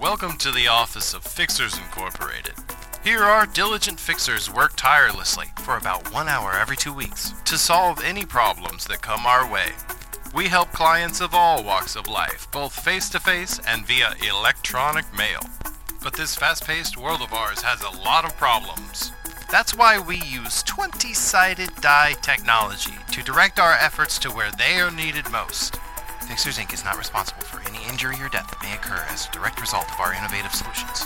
Welcome to the office of Fixers Incorporated. Here, our diligent fixers work tirelessly for about one hour every two weeks to solve any problems that come our way. We help clients of all walks of life, both face to face and via electronic mail. But this fast paced world of ours has a lot of problems. That's why we use 20 sided die technology to direct our efforts to where they are needed most. Fixers Inc. is not responsible for any injury or death that may occur as a direct result of our innovative solutions.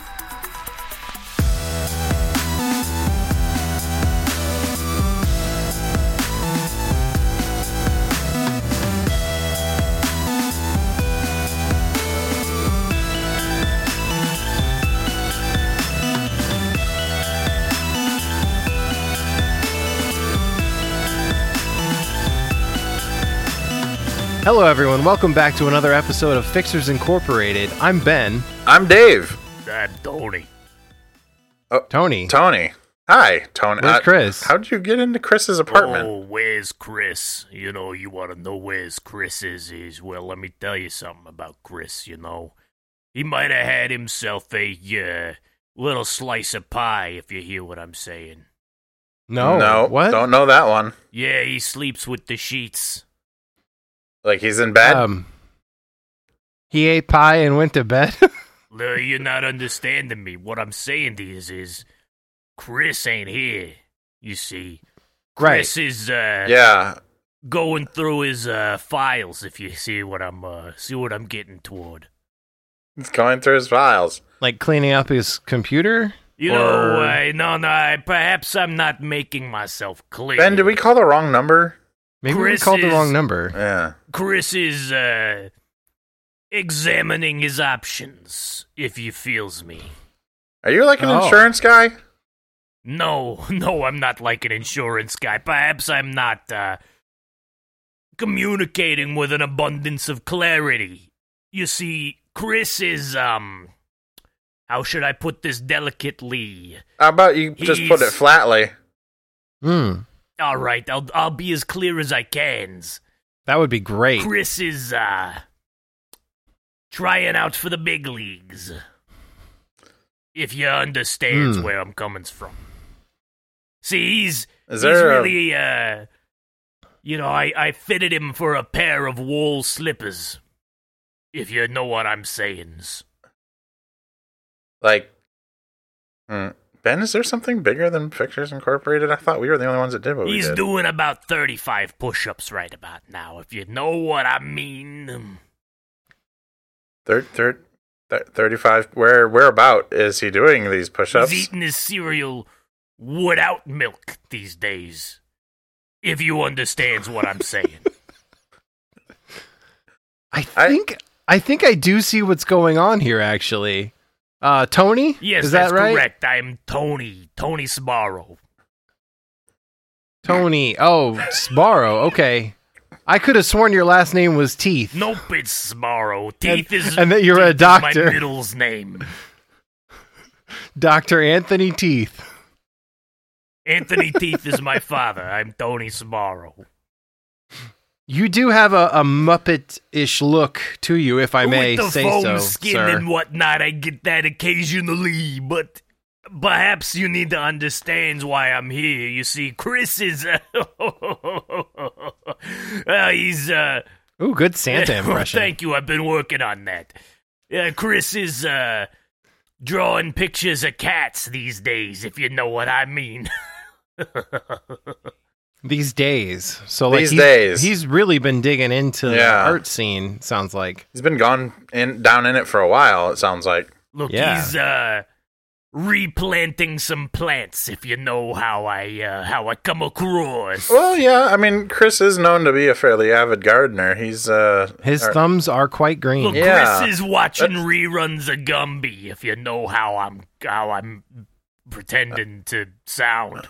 Hello, everyone. Welcome back to another episode of Fixers Incorporated. I'm Ben. I'm Dave. God, Tony. Tony. Tony. Hi, Tony. Mm. Where's Uh, Chris? How'd you get into Chris's apartment? Oh, where's Chris? You know, you want to know where's Chris is, is, well, let me tell you something about Chris, you know. He might have had himself a, uh, little slice of pie, if you hear what I'm saying. Oh, no. no. What? Don't know that one. Yeah, he sleeps with the sheets. Like he's in bed. Um, he ate pie and went to bed. No, you're not understanding me. What I'm saying to you is, is Chris ain't here, you see. right. Chris is, uh, yeah. going through his, uh, files, if you see what I'm, uh, see what I'm getting toward. He's going through his files. Like cleaning up his computer. You know, uh, no, no, I, perhaps I'm not making myself clear. Ben, did we call the wrong number? Maybe Chris we called the is- wrong number. Yeah. Chris is, uh, examining his options, if you feels me. Are you like an Oh. insurance guy? No, no, I'm not like an insurance guy. Perhaps I'm not, uh, communicating with an abundance of clarity. You see, Chris is, um, how should I put this delicately? How about you just put it He's- flatly? Hmm. All right, I'll, I'll be as clear as I can's. That would be great. Chris is uh trying out for the big leagues. If you understands Hmm. where I'm coming from. See, he's Is he's there a- really uh you know, I, I fitted him for a pair of wool slippers. If you know what I'm saying. Like, hmm. Ben, is there something bigger than Pictures Incorporated? I thought we were the only ones that did what He's we did. doing about 35 push ups right about now, if you know what I mean. Thir- thir- thir- 35. Where, whereabout is he doing these push-ups? He's eating his cereal without milk these days. If you understands what I'm saying. I I- think I think I do see what's going on here. Actually, uh, Tony. Yes, is that that's right? correct. I'm Tony, Tony Sbarro. Tony. Oh, Sbarro. Okay. I could have sworn your last name was Teeth. Nope, it's Sbarro. Teeth is and that you're a Teeth is doctor. my middle's name. Doctor Anthony Teeth. Anthony Teeth is my father. I'm Tony Sbarro. You do have a, a Muppet-ish look to you, if I may With the say foam so, skin sir. and whatnot, I get that occasionally, but perhaps you need to understand why I'm here. You see, Chris is uh, uh, he's uh Ooh, good Santa impression. Thank you. I've been working on that. Uh, Chris is uh, drawing pictures of cats these days, if you know what I mean. These days, so like These he's, days. he's really been digging into the Yeah. art scene. Sounds like He's been gone in down in it for a while. It sounds like. Look, Yeah. he's uh, replanting some plants, if you know how I uh, how I come across. Well, yeah. I mean, Chris is known to be a fairly avid gardener. He's uh, his or- thumbs are quite green. Look, Yeah. Chris is watching reruns of Gumby, if you know how I'm how I'm pretending to sound.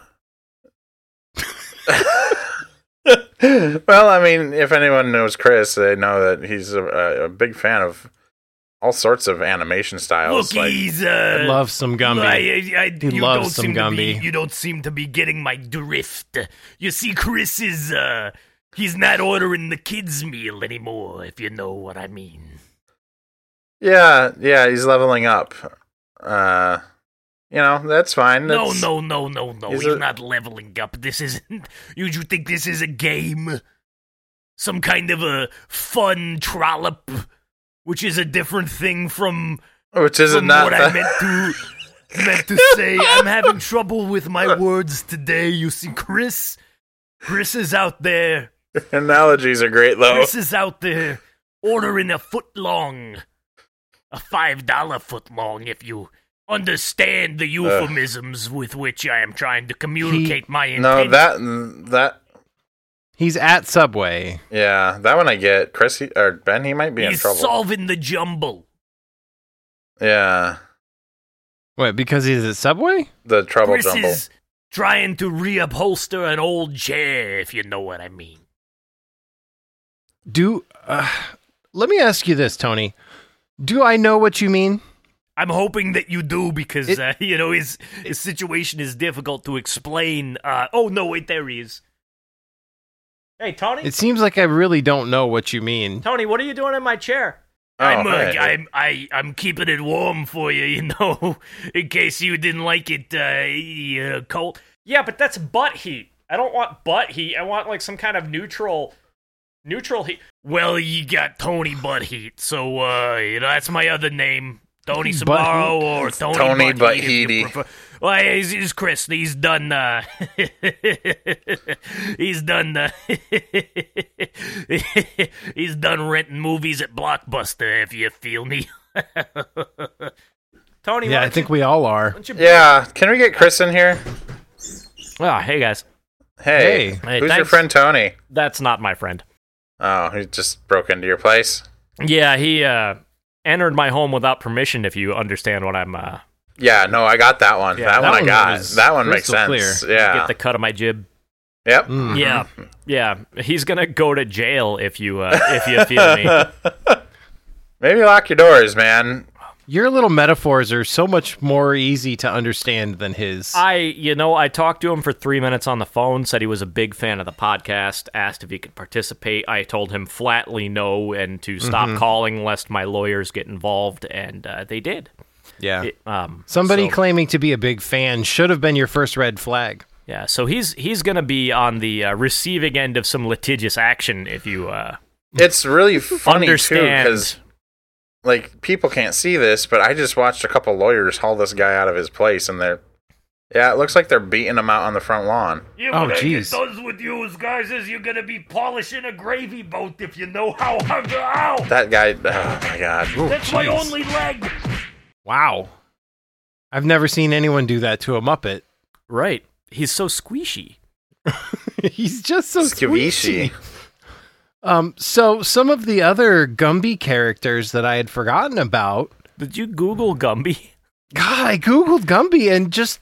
well, I mean, if anyone knows Chris, they know that he's a, a, a big fan of all sorts of animation styles. Look, like, he's I uh, love some Gumby. I, I, I, He you loves some don't seem to be- Gumby. you don't seem to be getting my drift. You see, Chris is, uh, he's not ordering the kids' meal anymore, if you know what I mean. Yeah, yeah, he's leveling up. Uh, you know, that's fine. No, That's- no, no, no, no. Is He's it- not leveling up. This isn't. You, you think this is a game? Some kind of a fun trollop, which is a different thing from, Which is from not what I that- meant to meant to say. I'm having trouble with my words today. You see, Chris, Chris is out there. Analogies are great though. Chris is out there ordering a foot long, a five dollar foot long. If you understand the euphemisms with which I am trying to communicate my No, intent. that that He's at Subway. yeah, that one I get. Chris he, or Ben, he might be in he's trouble. solving the jumble. yeah, What? Because he's at Subway? the trouble Chris jumble. is trying to reupholster an old chair, if you know what I mean. Do uh, let me ask you this, Tony. Do I know what you mean? I'm hoping that you do because It- uh, you know his his situation is difficult to explain. Uh, oh no, wait, there he is. Hey, Tony. It seems like I really don't know what you mean. Tony, what are you doing in my chair? Oh, I'm, uh, hey. I'm I I'm keeping it warm for you, you know, in case you didn't like it uh, yeah, cold. Yeah, but that's butt heat. I don't want butt heat. I want like some kind of neutral, neutral heat. Well, you got Tony Butt Heat, so uh, you know that's my other name, Tony Butt Sabaro or Tony, Tony Butt Heat, if you Buttheaty. prefer. Well, he's, he's Chris. He's done. Uh, he's done. Uh, he's done renting movies at Blockbuster. If you feel me. Tony, Yeah, I why don't think you, we all are. why don't you yeah, can we get Chris in here? Ah, hey guys, Hey, Hey. Hey, who's your thanks. friend Tony? that's not my friend. Oh, he just broke into your place. Yeah, he uh entered my home without permission. If you understand what I'm, uh, Yeah, no, I got that one. Yeah, that, that one I one got. was That one makes crystal sense. get Yeah. Mm-hmm. the cut of my jib. yep. Mm. Yeah, yeah, he's gonna go to jail if you uh, if you feel me. Maybe lock your doors, man. Your little metaphors are so much more easy to understand than his. I, you know, I talked to him for three minutes on the phone, said he was a big fan of the podcast, asked if he could participate. I told him flatly no and to stop Mm-hmm. calling lest my lawyers get involved, and uh, they did. yeah. It- Uh, um, Somebody so- claiming to be a big fan should have been your first red flag. yeah, so he's he's gonna be on the uh, receiving end of some litigious action if you uh, It's really funny too understand. because like people can't see this, but I just watched a couple lawyers haul this guy out of his place, and they're yeah, it looks like they're beating him out on the front lawn. Yeah, Oh, what I get jeez. done with you guys is you're gonna be polishing a gravy boat if you know how hard to ow. That guy, oh my god, That's my only leg. Wow. I've never seen anyone do that to a Muppet. right. He's so squishy. He's just so Squishy. squishy. Um, so some of the other Gumby characters that I had forgotten about. Did you Google Gumby? God, I googled Gumby and just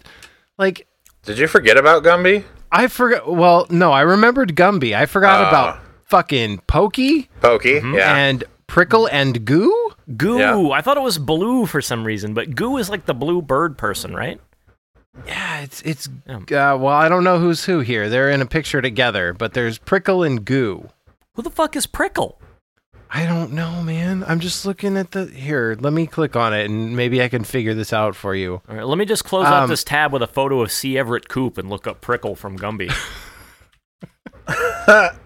like Did you forget about Gumby? I forgot. Well, no, I remembered Gumby. I forgot Ah. about fucking Pokey Pokey, yeah, and Prickle and Goo. Goo. Yeah. I thought it was Blue for some reason, but Goo is like the blue bird person, right? Yeah, it's it's. Uh, well, I don't know who's who here. They're in a picture together, but there's Prickle and Goo. Who the fuck is Prickle? I don't know, man. I'm just looking at the here. Let me click on it, and maybe I can figure this out for you. All right, let me just close out Um, this tab with a photo of C. Everett Koop and look up Prickle from Gumby.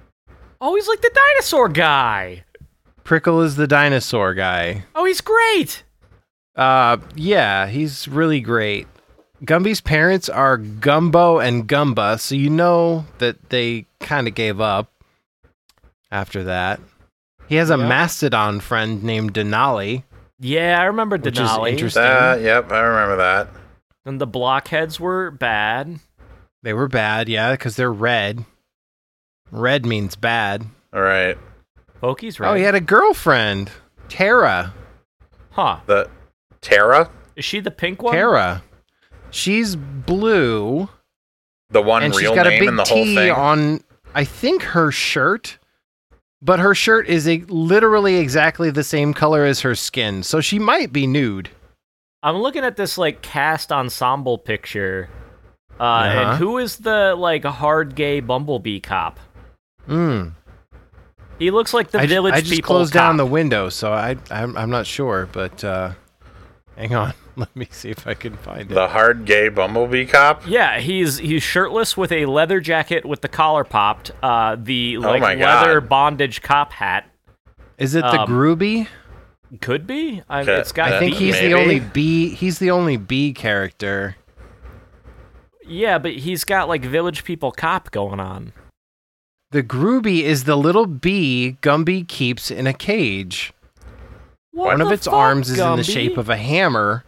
oh, he's like the dinosaur guy. Prickle is the dinosaur guy. Oh, he's great. Uh, yeah, he's really great. Gumby's parents are Gumbo and Gumba, so you know that they kind of gave up after that. He has a mastodon friend named Denali. Yeah, I remember Which is Denali. interesting. that, yep, I remember that. And the blockheads were bad. They were bad, yeah, because they're red. Red means bad. All right, Pokey's right. Oh, he had a girlfriend, Tara. Huh. the Tara, Is she the pink one? Tara. She's blue, the one and she's real got a name big in the whole T thing. on, I think, her shirt. But her shirt is a, literally exactly the same color as her skin, so she might be nude. I'm looking at this like cast ensemble picture. Uh, Uh-huh. And who is the like hard gay bumblebee cop? Mm. He looks like the Hmm. I, ju- village I just people. closed down the cop. window, so I I'm, I'm not sure, but uh, hang on, let me see if I can find it. The hard gay bumblebee cop. Yeah, he's he's shirtless with a leather jacket with the collar popped, uh, the like Oh my God. leather bondage cop hat. Is it the um, Groovy? Could be. I, Okay, it's got. I I think the- he's maybe. the only B. He's the only B character. Yeah, but he's got like village people cop going on. The Groovy is the little bee Gumby keeps in a cage. What One of the its fuck, arms is in the shape Gumby? of a hammer.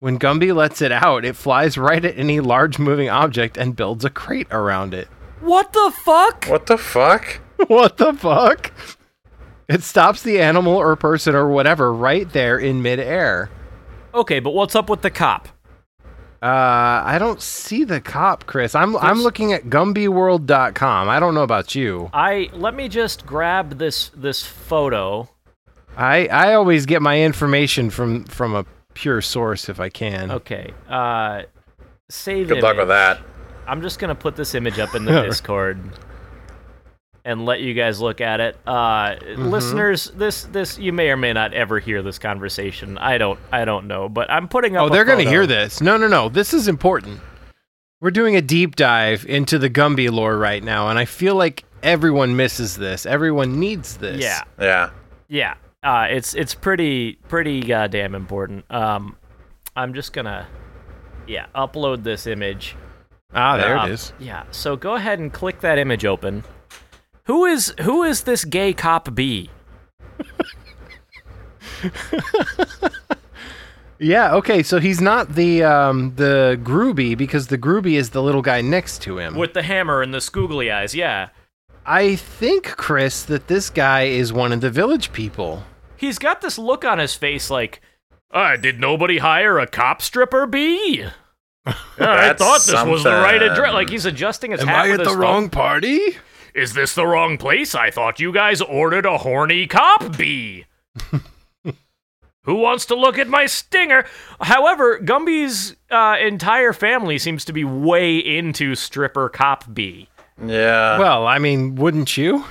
When Gumby lets it out, it flies right at any large moving object and builds a crate around it. What the fuck? What the fuck? what the fuck? It stops the animal or person or whatever right there in midair. Okay, but what's up with the cop? Uh, I don't see the cop, Chris. I'm I'm There's- looking at GumbyWorld.com. I don't know about you. I let me just grab this this photo. I I always get my information from from a pure source if I can. Okay. Uh save Good luck with image. that. I'm just gonna put this image up in the Discord and let you guys look at it. Uh, Mm-hmm. Listeners, this this you may or may not ever hear this conversation. I don't I don't know, but I'm putting up. Oh, they're going gonna hear this. No, no, no. This is important. We're doing a deep dive into the Gumby lore right now, and I feel like everyone misses this. Everyone needs this. Yeah, Yeah. yeah. Uh, it's it's pretty pretty goddamn important. Um, I'm just gonna yeah upload this image. Ah, there Uh, it is. Yeah. So go ahead and click that image open. Who is who is this gay cop B? Yeah. Okay. So he's not the um the Groovy because the Groovy is the little guy next to him. with the hammer and the scoogly eyes? Yeah. I think, Chris, that this guy is one of the village people. He's got this look on his face like, uh, did nobody hire a cop stripper bee? Uh, I That's thought this was the right something. address. Like he's adjusting his hat. with his thumb. party? Is this the wrong place? I thought you guys ordered a horny cop bee. Who wants to look at my stinger? However, Gumby's uh, entire family seems to be way into stripper cop bee. Yeah. Well, I mean, wouldn't you?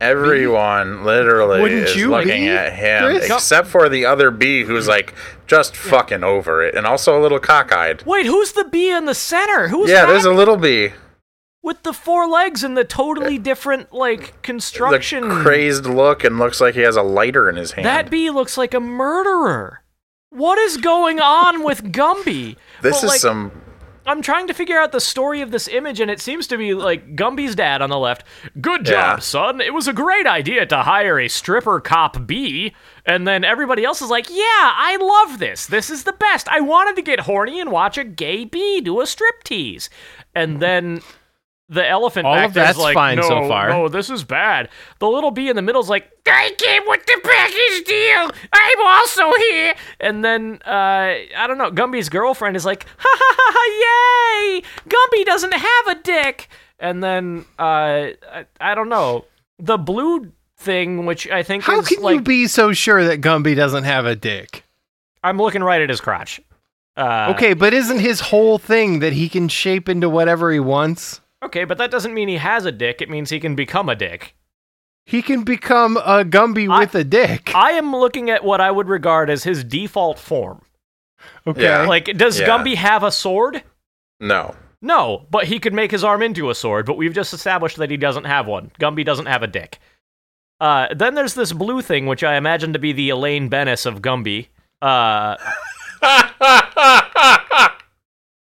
Everyone literally Wouldn't is you looking be, at him, Chris? except for the other bee who's like just fucking over it, and also a little cockeyed. Wait, who's the bee in the center? Who's yeah, that? there's a little bee, with the four legs and the totally different like the construction. crazed look, and looks like he has a lighter in his hand. that bee looks like a murderer. What is going on with Gumby? this But, is like, some. I'm trying to figure out the story of this image, and it seems to be like Gumby's dad on the left. Good Yeah. job, son. It was a great idea to hire a stripper cop bee. And then everybody else is like, yeah, I love this. This is the best. I wanted to get horny and watch a gay bee do a striptease. And then the elephant All back of there's that's like, fine no, so far." no, "Oh, this is bad. The little bee in the middle's like, I came with the package deal. I'm also here. And then uh, I don't know. Gumby's girlfriend is like, ha ha ha ha, yay! Gumby doesn't have a dick. And then uh, I, I don't know. The blue thing, which I think How is can like, you be so sure that Gumby doesn't have a dick? I'm looking right at his crotch. Uh, okay, but isn't his whole thing that he can shape into whatever he wants? Okay, but that doesn't mean he has a dick. It means he can become a dick. He can become a Gumby I- with a dick. I am looking at what I would regard as his default form. okay. Yeah. Like, does Yeah. Gumby have a sword? No. No, but he could make his arm into a sword, but we've just established that he doesn't have one. Gumby doesn't have a dick. Uh, then there's this blue thing, which I imagine to be the Elaine Bennis of Gumby. Uh, Oh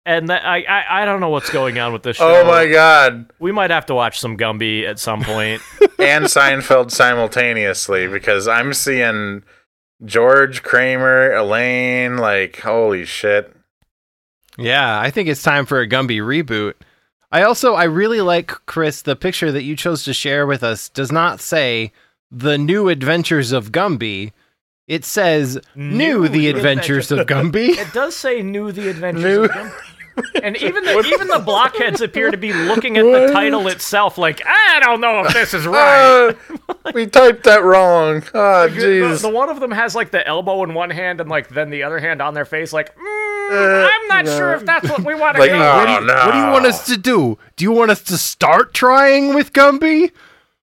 and that, I, I, I don't know what's going on with this show. oh my god. We might have to watch some Gumby at some point. and Seinfeld simultaneously because I'm seeing George Kramer, Elaine, like holy shit. Yeah, I think it's time for a Gumby reboot. I also I really like Chris the picture that you chose to share with us does not say the new adventures of Gumby. It says new, New the adventures of Gumby. it does say "New the Adventures New- of Gumby," and even the, even the blockheads appear to be looking at the title itself, like I don't know if this Oh, is right. Ah, we typed that wrong. Oh The, the jeez. one of them has like the elbow in one hand and like then the other hand on their face, like mm, Uh, I'm not sure if that's what we want to Like, do. uh, what, do you, Oh, no. what do you want us to do? Do you want us to start trying with Gumby?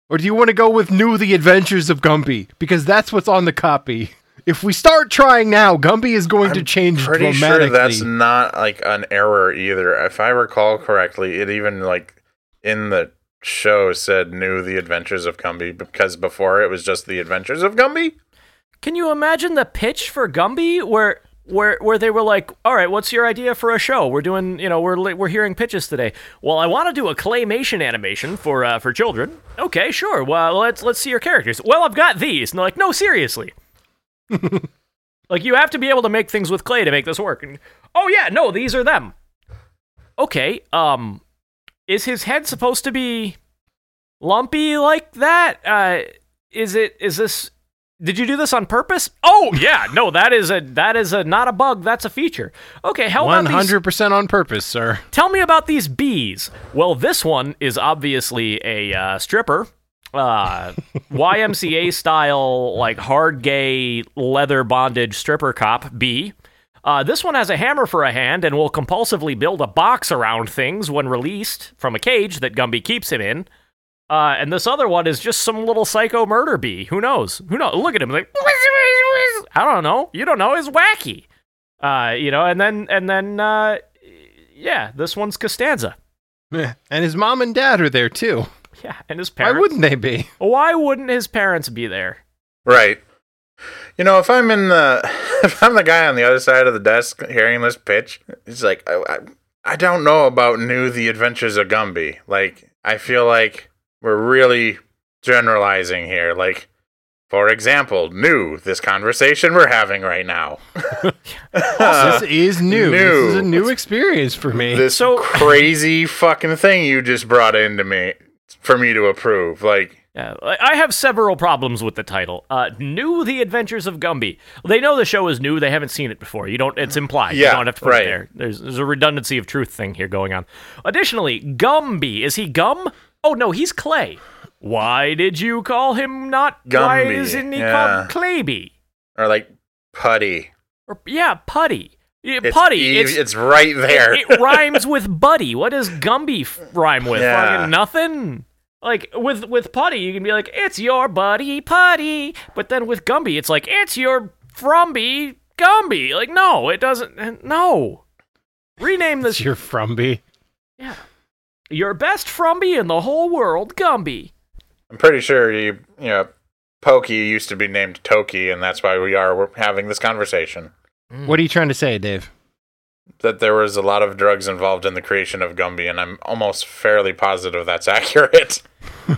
Or do you want to go with New The Adventures of Gumby? Because that's what's on the copy. If we start trying now, Gumby is going to change Pretty dramatically. sure that's not like an error either. If I recall correctly, it even like in the show said "New the Adventures of Gumby" because before it was just "The Adventures of Gumby." Can you imagine the pitch for Gumby where where where they were like, "All right, what's your idea for a show? We're doing, you know, we're li- we're hearing pitches today. Well, I want to do a claymation animation for uh, for children. Okay, sure. Well, let's let's see your characters. Well, I've got these." And they're like, "No, seriously." like you have to be able to make things with clay to make this work. And, "Oh yeah, no, these are them." Okay, um is his head supposed to be lumpy like that? Uh is it is this did you do this on purpose? Oh yeah, no, that is a that is a not a bug, that's a feature. Okay, how One about these? hundred percent on purpose, sir. Tell me about these bees. Well, this one is obviously a uh, stripper, uh, YMCA style, like hard gay leather bondage stripper cop bee. Uh, this one has a hammer for a hand and will compulsively build a box around things when released from a cage that Gumby keeps him in. Uh, and this other one is just some little psycho murder bee. Who knows? Who knows? Look at him like I don't know. You don't know. It's wacky. Uh, you know, and then and then uh, yeah, this one's Costanza. Yeah. And his mom and dad are there too. Yeah, and his Why parents. wouldn't they be? Why wouldn't his parents be there? Right. You know, if I'm in the if I'm the guy on the other side of the desk hearing this pitch, it's like I I, I don't know about new the adventures of Gumby. Like I feel like we're really generalizing here. Like for example, new this conversation we're having right now. this is new. Uh, new. This is a new experience for me. This So- crazy fucking thing you just brought into me for me to approve. Like Yeah, I I have several problems with the title. Uh, new The Adventures of Gumby. They know the show is new. They haven't seen it before. You don't. It's implied. you Yeah, don't have to put it right. there. There's, there's a redundancy of truth thing here going on. Additionally, Gumby is he gum? Oh no, he's clay. Why did you call him not? Why Gumby, isn't he yeah. called Clayby? or like putty. Or yeah, putty. Yeah, It's e- putty. eve- it's- it's, right there. It rhymes with buddy. What does Gumby f- rhyme with? Yeah. Fucking nothing. Like with with putty, you can be like, it's your buddy putty, but then with Gumby, it's like it's your frumby Gumby. Like no, it doesn't. eh, No, rename It's this your, your frumby. best frumby in the whole world, Gumby. I'm pretty sure you, you know, Pokey used to be named Toki, and that's why we are we're having this conversation. Mm. What are you trying to say, Dave? That there was a lot of drugs involved in the creation of Gumby, and I'm almost fairly positive that's accurate.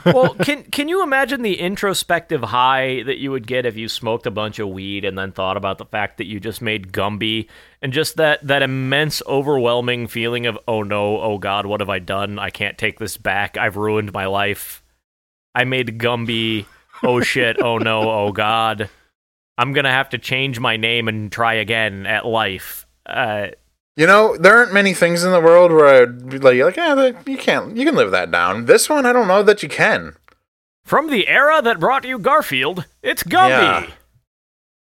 Well, can can you imagine the introspective high that you would get if you smoked a bunch of weed and then thought about the fact that you just made Gumby and just that that immense overwhelming feeling of oh no, oh god, what have I done? I can't take this back. I've ruined my life. I made Gumby. Oh shit, oh no, oh god. I'm going to have to change my name and try again at life. Uh You know, there aren't many things in the world where I'd be like, like, yeah, that- you can't, you can live that down. This one, I don't know that you can. from the era that brought you Garfield, it's Gumby. Yeah.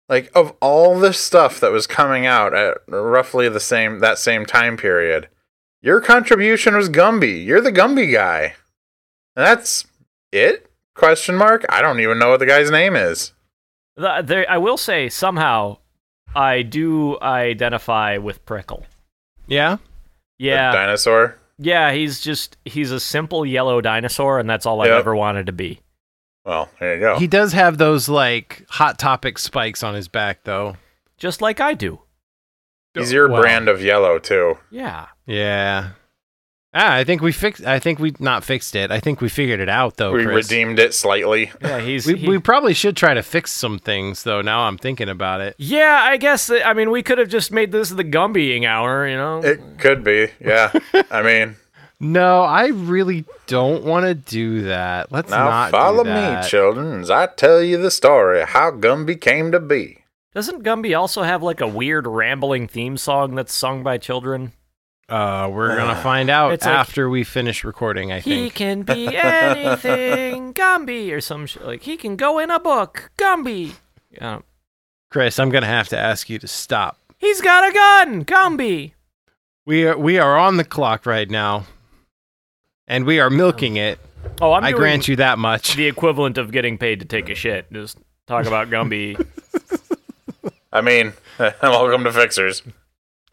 Like, of all the stuff that was coming out at roughly the same that same time period, your contribution was Gumby. You're the Gumby guy, and that's it? Question mark. I don't even know what the guy's name is. The, there, I will say somehow I do identify with Prickle. Yeah. The Yeah, dinosaur. yeah, he's just he's a simple yellow dinosaur, and that's all I've Yep. ever wanted to be. Well, there you go. He does have those like hot topic spikes on his back, though. Just like I do. He's your Wow. brand of yellow too. Yeah. Yeah. Ah, I think we fixed. I think we not fixed it. I think we figured it out though. we Oh, Chris. redeemed it slightly. Yeah, he's We, he- we probably should try to fix some things though. Now I'm thinking about it. Yeah, I guess that, I mean we could have just made this the Gumbying hour, you know. It could be. Yeah. I mean, No, I really don't want to do that. Let's now not do follow that. me, children, as I tell you the story of how Gumby came to be. Doesn't Gumby also have like a weird rambling theme song that's sung by children? Uh, we're gonna find out It's like- after we finish recording. I He think. can be anything, Gumby, or some shit. Like he can go in a book, Gumby. Yeah. Chris, I'm gonna have to ask you to stop. He's got a gun, Gumby. We are we are on the clock right now, and we are milking it. Oh, I'm i doing grant you that much. the equivalent of getting paid to take a shit. Just talk about Gumby. I mean, welcome to Fixers.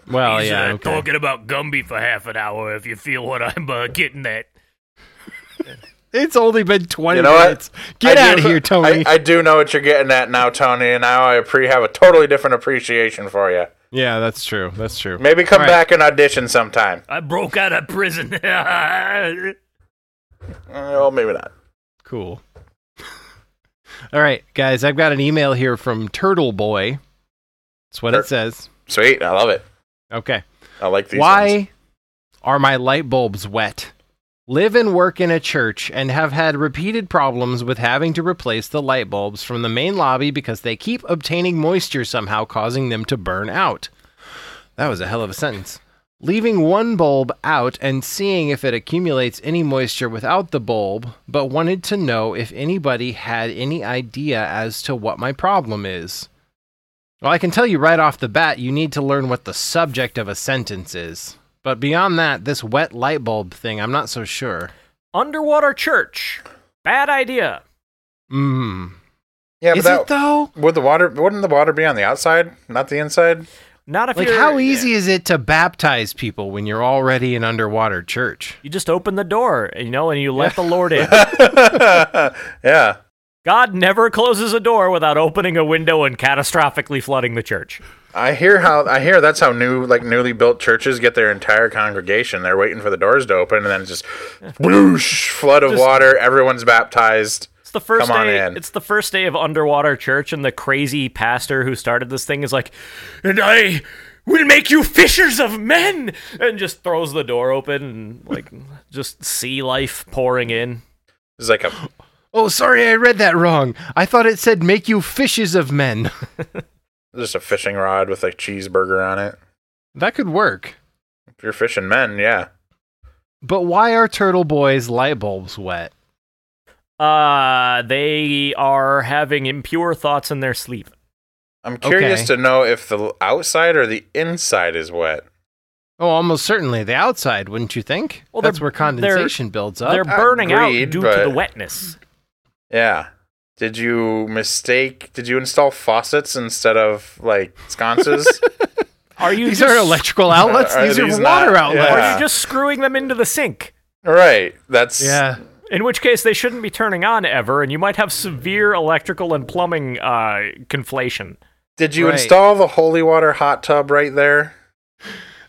Well, He's, Oh, yeah. uh, okay. talking about Gumby for half an hour. If you feel what I'm uh, getting at, It's only been 20 You know what? minutes. Get I out of do- here, Tony. I, I do know what you're getting at now, Tony, and now I pre- have a totally different appreciation for you. yeah, that's true. That's true. Maybe come All right. back and audition sometime. I broke out of prison. That's Uh, well, maybe not. Cool. All right, guys, I've got an email here from Turtle Boy. That's what Tur- it says. Sweet, I love it. Okay. I like these. Why ones. are my light bulbs wet? Live and work in a church and have had repeated problems with having to replace the light bulbs from the main lobby because they keep obtaining moisture somehow, causing them to burn out. That was a hell of a sentence. Leaving one bulb out and seeing if it accumulates any moisture without the bulb, but wanted to know if anybody had any idea as to what my problem is. Well, I can tell you right off the bat, you need to learn what the subject of a sentence is. But beyond that, this wet light bulb thing, I'm not so sure. Underwater church. Bad idea. Mm. Yeah, but is that, it though? would the water wouldn't the water be on the outside, not the inside? Not if Like, you're, how easy is it to baptize people when you're already an underwater church? You just open the door, you know, and you let the Lord in. yeah. God never closes a door without opening a window and catastrophically flooding the church. I hear how I hear that's how new like newly built churches get their entire congregation. They're waiting for the doors to open and then just whoosh flood of Just- water, everyone's baptized. It's the first Come on day. in. It's the first day of underwater church, and the crazy pastor who started this thing is like, "And I will make you fishers of men," and just throws the door open and like just sea life pouring in. It's like a Oh, sorry, I read that wrong. I thought it said make you fishes of men. just a fishing rod with a cheeseburger on it. that could work. If you're fishing men, yeah. But why are Turtle Boy's light bulbs wet? Uh, they are having impure thoughts in their sleep. I'm curious Okay. to know if the outside or the inside is wet. Oh, almost certainly the outside, wouldn't you think? Well, that's they're- where condensation builds up. They're burning Agreed, out due but- to the wetness. Yeah. Did you mistake? Did you install faucets instead of like sconces? Are you These just, are electrical outlets. Are These are these water not- outlets. Are Yeah. you just screwing them into the sink? right. That's Yeah. In which case, they shouldn't be turning on ever, and you might have severe electrical and plumbing uh, conflation. Did you Right. install the holy water hot tub right there?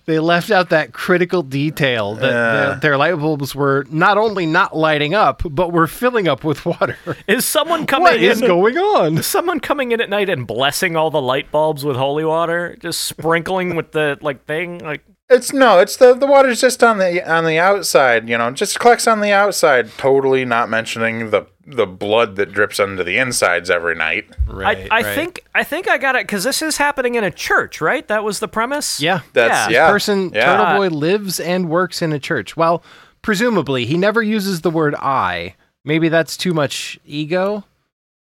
They left out that critical detail that Yeah. their, their light bulbs were not only not lighting up, but were filling up with water. Is someone coming what in? is going on? is someone coming in at night and blessing all the light bulbs with holy water, just sprinkling with the like thing? Like It's no, it's the the water's just on the on the outside, you know, just collects on the outside, totally not mentioning the the blood that drips onto the insides every night. I, I think I think I got it because this is happening in a church, right? That was the premise. yeah. That's Yeah. yeah. Person yeah. Turtle Boy lives and works in a church. Well, presumably he never uses the word I. Maybe that's too much ego.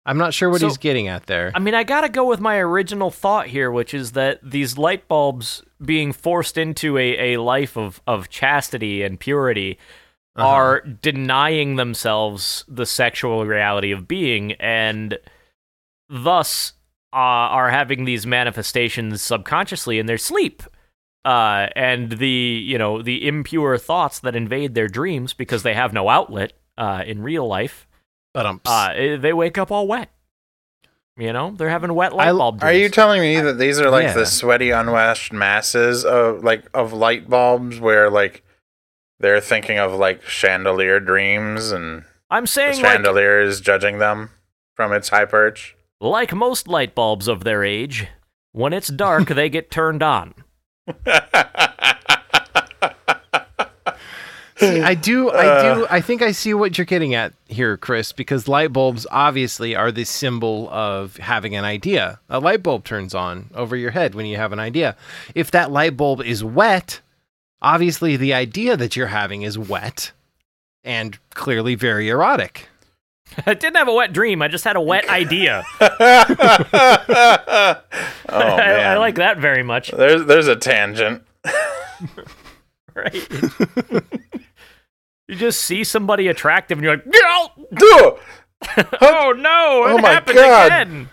I'm not sure what So- he's getting at there. I mean, I gotta go with my original thought here, which is that these light bulbs being forced into a, a life of, of chastity and purity are denying themselves the sexual reality of being and thus uh, are having these manifestations subconsciously in their sleep. Uh, and the you know the impure thoughts that invade their dreams because they have no outlet uh, in real life but I'm uh, eh, they wake up all wet. You know, they're having wet I- light bulb Are you dreams. telling me that these are like Yeah. the sweaty, unwashed masses of like of light bulbs, where like they're thinking of like chandelier dreams, and I'm the saying like, chandelier is judging them from its high perch? like most light bulbs of their age, when it's dark, they get turned on. Oh, I do, I do, I think I see what you're getting at here, Chris, because light bulbs obviously are the symbol of having an idea. A light bulb turns on over your head when you have an idea. If that light bulb is wet, obviously the idea that you're having is wet and clearly very erotic. I didn't have a wet dream. I just had a wet idea. oh I, man, I like that very much. There's there's a tangent. Right? You just see somebody attractive and you're like, get out! Duh! Oh no! It Oh my happened God. again.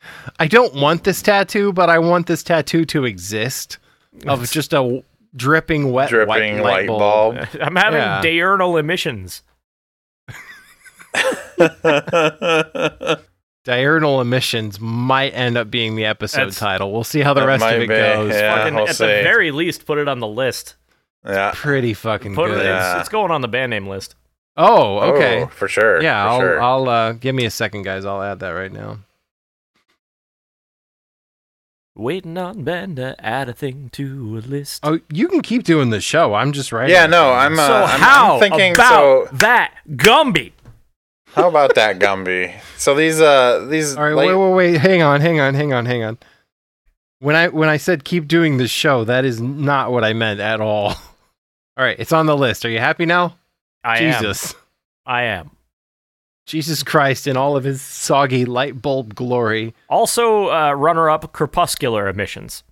I don't want this tattoo, but I want this tattoo to exist of just a dripping wet Dripping white light bulb. I'm having Yeah. diurnal emissions. Diurnal emissions might end up being the episode That's- title. We'll see how the That rest of might it be, goes. yeah. Fucking- I'll at the say. very least, put it on the list. yeah. Pretty fucking Put good. it. It's, Yeah. it's going on the band name list. Oh, okay. Oh, for sure. yeah, for I'll, sure. I'll uh, give me a second, guys. I'll add that right now. Waiting on Ben to add a thing to a list. Oh, you can keep doing the show. I'm just writing. yeah, no, I'm, uh, so I'm, I'm how thinking about so that Gumby? how about that Gumby? So these uh these All right, wait, late- wait, wait. Hang on, hang on, hang on, hang on. When I when I said keep doing the show, that is not what I meant at all. All right, it's on the list. Are you happy now? I Jesus. am. I am. Jesus Christ in all of his soggy light bulb glory. Also, uh, runner-up Crepuscular emissions.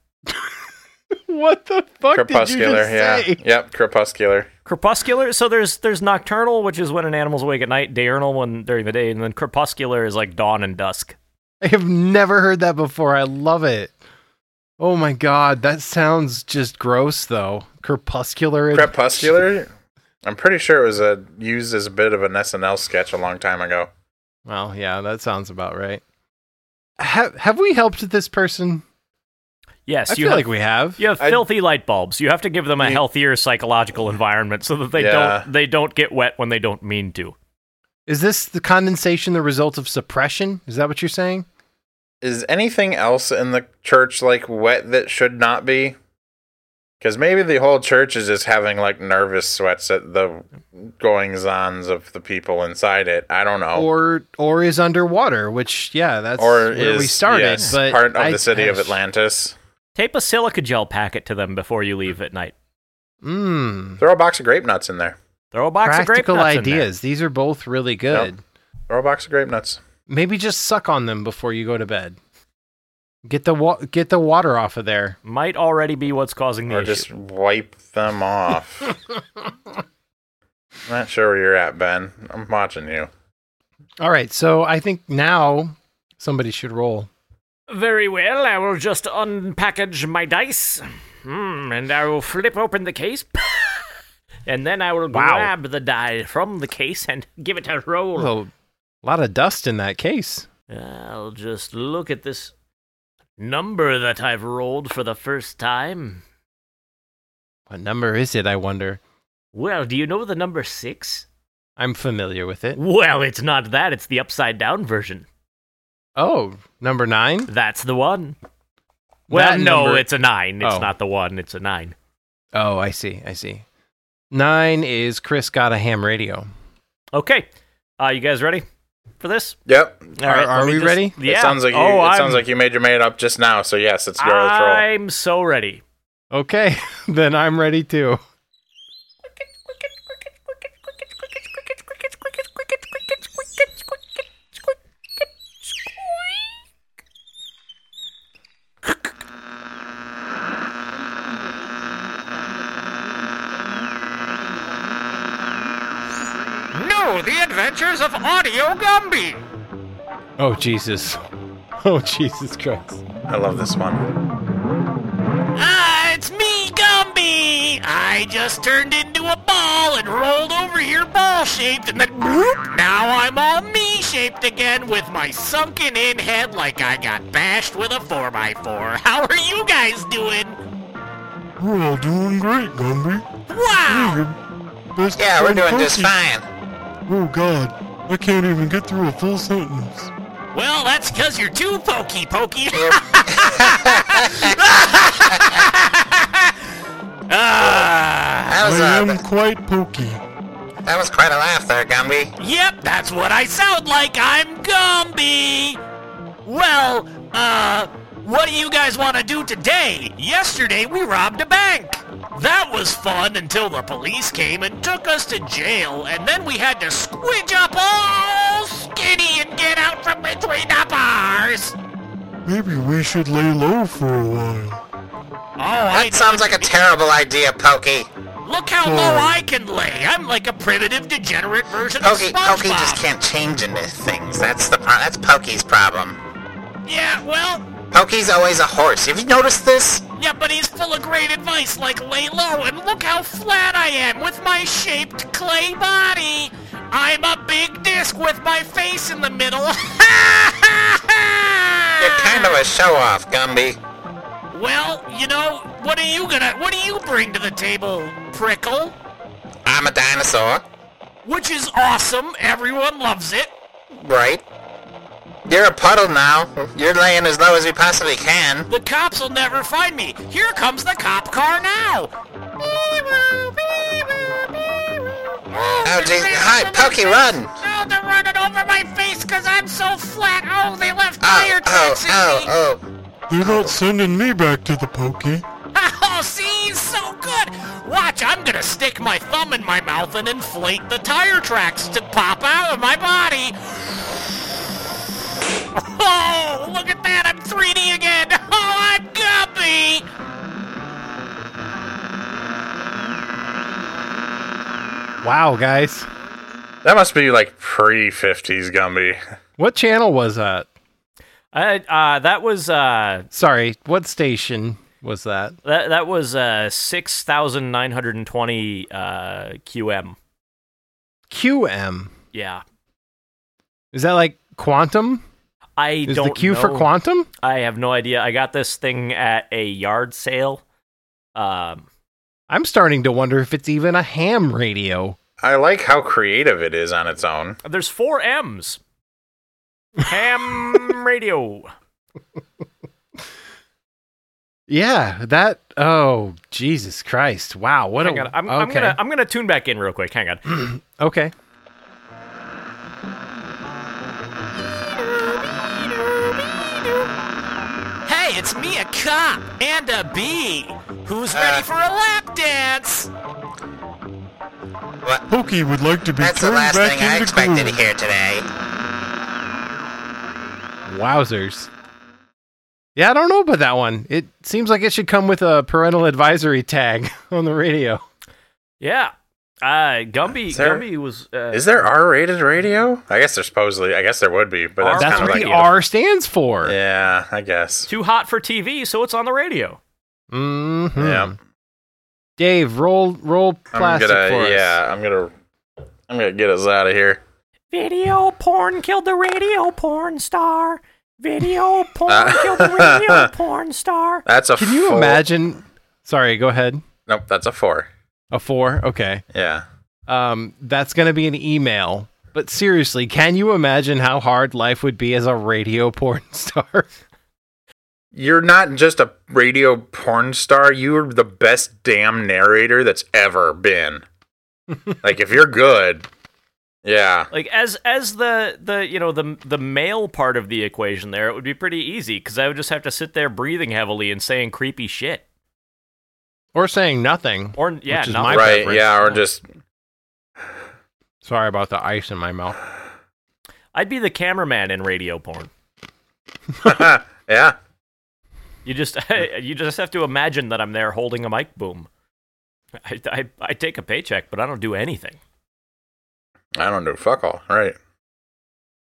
What the fuck crepuscular, did you yeah. just say? Yep, crepuscular. Crepuscular. So there's there's nocturnal, which is when an animal's awake at night. Diurnal, when during the day, and then crepuscular is like dawn and dusk. I have never heard that before. I love it. Oh my god, that sounds just gross though. Crepuscular. Crepuscular? I'm pretty sure it was a, used as a bit of an SNL sketch a long time ago. Well, yeah, that sounds about right. Have have we helped this person? Yes, I you feel have, like we have. you have I- filthy light bulbs. You have to give them a You- healthier psychological environment so that they Yeah. don't they don't get wet when they don't mean to. Is this the condensation the result of suppression? Is that what you're saying? Is anything else in the church like wet that should not be? Because maybe the whole church is just having like nervous sweats at the goings ons of the people inside it. I don't know. Or or is underwater, which yeah, that's Or where we started. yes, but part of I- the city of gosh. Atlantis. Tape a silica gel packet to them before you leave at night. Mm. Throw a box of grape nuts in there. Throw a box Practical of grape nuts in there. ideas. These are both really good. Throw a box of grape nuts. Maybe just suck on them before you go to bed. Get the wa- get the water off of there. Might already be what's causing the Or issue. just wipe them off. Not sure where you're at, Ben. I'm watching you. All right, so I think now somebody should roll. Very well, I will just unpackage my dice. Hmm, and I will flip open the case. and then I will grab the die from the case and give it a roll. Oh, a lot of dust in that case. I'll just look at this number that I've rolled for the first time. What number is it? I wonder. Well, do you know the number six? I'm familiar with it. Well, it's not that, it's the upside down version. Oh, number nine. That's the one. Well, That no, number- it's a nine. It's Oh. not the one, it's a nine. Oh, I see. I see. Nine is Chris got a ham radio. Okay. Uh, you guys ready for this? Yep. All Are- right, are let me we just- ready? Yeah. It sounds like you, oh, it I'm, sounds like you made your made up just now. So yes, it's your roll. I'm so ready. Okay, then I'm ready too. No, the adventures of Audio Gumby! Oh Jesus. Oh Jesus Christ. I love this one. Ah, it's me, Gumby! I just turned into a ball and rolled over here ball shaped, and then whoop, now I'm all me shaped again with my sunken in head like I got bashed with a 4x4. How are you guys doing? We're all doing great, Gumby. Wow! Best Yeah, we're doing just person- fine. Oh God, I can't even get through a full sentence. Well, that's because you're too pokey pokey. Ah, That I was am a, quite pokey. that was quite a laugh there, Gumby. yep, that's what I sound like. I'm Gumby. Well, uh, what do you guys want to do today? Yesterday we robbed a bank. That was fun until the police came and took us to jail, and then we had to squidge up all skinny and get out from between the bars. Maybe we should lay low for a while. Oh, I That sounds like a terrible idea, Pokey. Look how low I can lay. I'm like a primitive, degenerate version of Pokey, SpongeBob. Pokey just can't change into things. That's the pro- that's Pokey's problem. Yeah, well, Pokey's always a horse. Have you noticed this? yeah, but he's full of great advice, like lay low, and look how flat I am with my shaped clay body. I'm a big disc with my face in the middle. You're kind of a show-off, Gumby. Well, you know, what are you gonna, what do you bring to the table, Prickle? I'm a dinosaur, Which is awesome, everyone loves it. right? You're a puddle now. You're laying as low as you possibly can. The cops will never find me. Here comes the cop car now. Oh, geez. Hi, Pokey, run! Oh, they're running over my face because I'm so flat. Oh, they left Ah. Oh, tire oh, tracks in me. oh, oh. They're not sending me back to the pokey. Oh, see, he's so good. Watch, I'm gonna stick my thumb in my mouth and inflate the tire tracks to pop out of my body. Oh, look at that, I'm 3D again. Oh, I'm Guppy. Wow, guys. That must be like pre 50s Gumby. What channel was that? I, uh, that was uh, Sorry, what station was that? that that was uh, six thousand nine hundred and twenty uh, QM. QM. Yeah, Is that like quantum? I Is don't the Q for know. quantum? I have no idea. I got this thing at a yard sale. Um, I'm starting to wonder if it's even a ham radio. I like how creative it is on its own. there's four M's. Ham radio. Yeah, that. Oh, Jesus Christ! Wow, what Hang a. on. I'm, okay. I'm gonna I'm gonna tune back in real quick. Hang on. okay. Hey, it's me, a cop, and a bee. Who's Uh, ready for a lap dance? Pokey would like to be That's the turned last back thing I into expected glue. to hear today. Wowzers. Yeah, I don't know about that one. It seems like it should come with a parental advisory tag on the radio. Yeah. Uh, Gumby there- Gumby was uh, Is there R rated radio? I guess there supposedly, I guess there would be, but that's R- That's kind of what like. the R stands for. Yeah, I guess. too hot for TV, so it's on the radio. hmm Yeah. Dave, roll roll I'm plastic for gonna, us. yeah, I'm gonna, I'm gonna get us out of here. Video porn killed the radio porn star. Video porn Uh, killed the radio porn star. That's a. Can you full- imagine? Sorry, go ahead. Nope, that's a four. A four. Okay. Yeah. Um, that's gonna be an email. But seriously, can you imagine how hard life would be as a radio porn star? You're not just a radio porn star. You're the best damn narrator that's ever been. like, if you're good, yeah. Like as as the the you know the the male part of the equation there, it would be pretty easy because I would just have to sit there breathing heavily and saying creepy shit. or saying nothing. Or yeah, Which is not my right, preference. yeah, or just Sorry about the ice in my mouth. I'd be the cameraman in radio porn. yeah. You just you just have to imagine that I'm there holding a mic boom. I, I, I take a paycheck, but I don't do anything. I don't do fuck all. Right.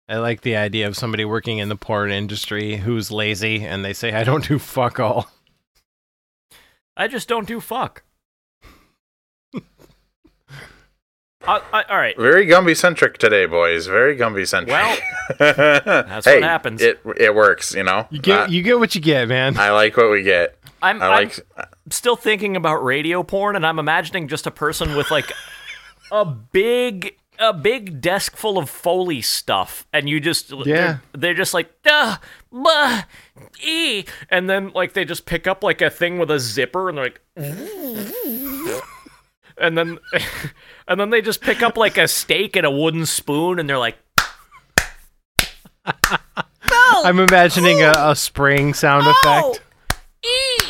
I like the idea of somebody working in the porn industry who's lazy and they say, I don't do fuck all. I just don't do fuck. I, I, all right. Very Gumby centric today, boys. Very Gumby centric. Well, that's what happens. It it works, you know. You get I, you get what you get, man. I like what we get. I'm, I I'm like. still thinking about radio porn, and I'm imagining just a person with like a big a big desk full of foley stuff, and you just Yeah. they're, they're just like duh, buh, e, and then like they just pick up like a thing with a zipper, and they're like. And then, and then they just pick up like a steak and a wooden spoon, and they're like, I'm imagining a, a spring sound effect.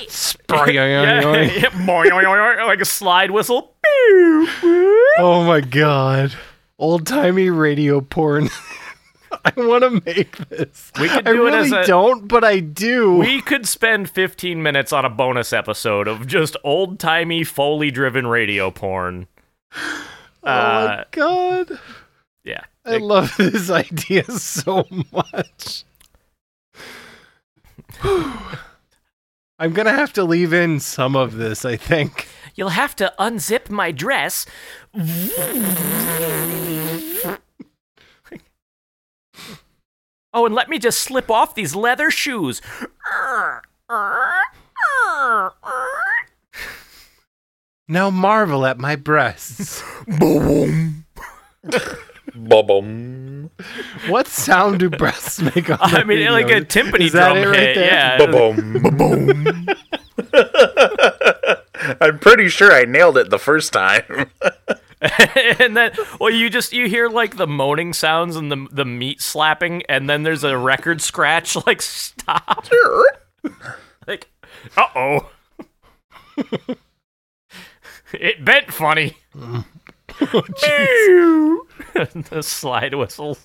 Spring. Yeah, yeah, boing, boing, boing, like a slide whistle. Pew, pew. Oh my god. Old timey radio porn. I want to make this. We could I do it really as a- don't, but I do. We could spend 15 minutes on a bonus episode of just old timey, Foley driven radio porn. oh uh, my god, Yeah. I love this idea so much. I'm gonna have to leave in some of this, I think. You'll have to unzip my dress. oh, and let me just slip off these leather shoes. Now marvel at my breasts. Boom. What sound do breasts make on I the mean, video? like a timpani Is that it drum right hit. there? Yeah. Boom. Boom. I'm pretty sure I nailed it the first time. and then well you just you hear like the moaning sounds and the the meat slapping and then there's a record scratch like stop like uh-oh it bent funny the slide whistle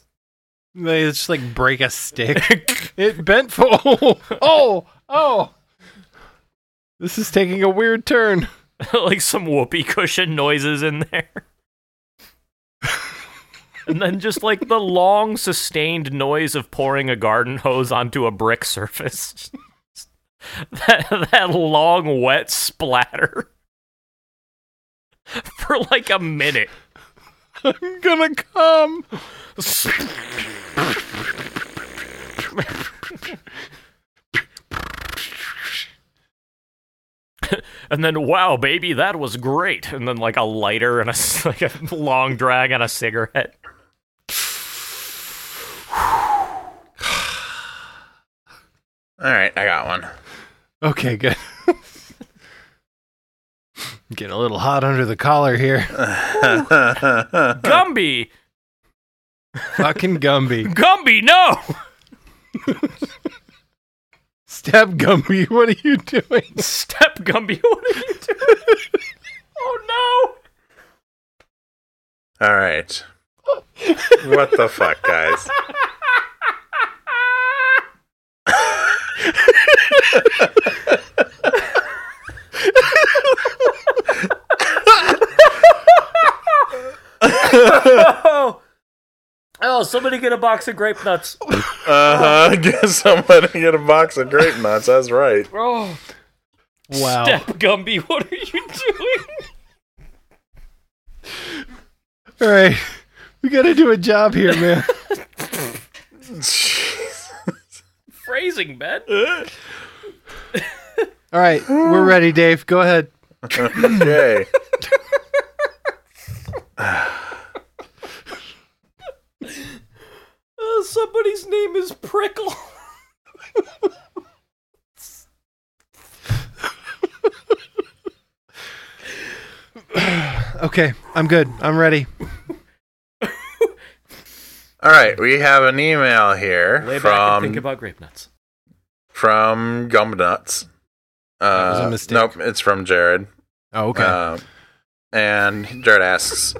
They just like break a stick. it bent for oh, oh oh. This is taking a weird turn. like some whoopee cushion noises in there and then just like the long sustained noise of pouring a garden hose onto a brick surface that, that long wet splatter for like a minute I'm gonna come. and then wow baby that was great and then like a lighter and a s- like a long drag on a cigarette All right, I got one. Okay, good. Getting a little hot under the collar here. gumby Fucking Gumby. gumby no Stab Gumby, what are you doing? Step Gumby, what are you doing? oh All right. What the fuck, guys? no! Oh, somebody get a box of grape nuts. Uh huh. I guess somebody get a box of grape nuts. That's right. Oh, Wow. Step Gumby, what are you doing? All right. We gotta do a job here, man. Phrasing, Ben. All right. We're ready, Dave. Go ahead. okay. Uh, somebody's name is Prickle. Okay. I'm good. I'm ready. All right. We have an email here Lay back and from think about grape nuts. from Gumnuts. Uh, That was a mistake. Nope, it's from Jared. Oh, okay. Uh, and Jared asks,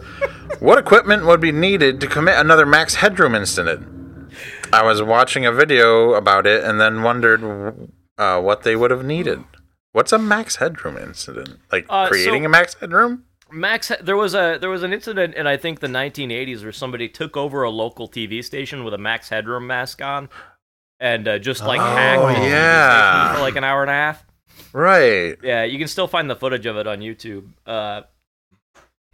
"What equipment would be needed to commit another max headroom incident?" I was watching a video about it and then wondered uh, what they would have needed. What's a max headroom incident? Like Uh, so- creating a max headroom? Max, there was a there was an incident in I think the 1980s where somebody took over a local TV station with a Max Headroom mask on, and uh, just like hacked the TV yeah. station for like an hour and a half. Right. Yeah, you can still find the footage of it on YouTube. Uh,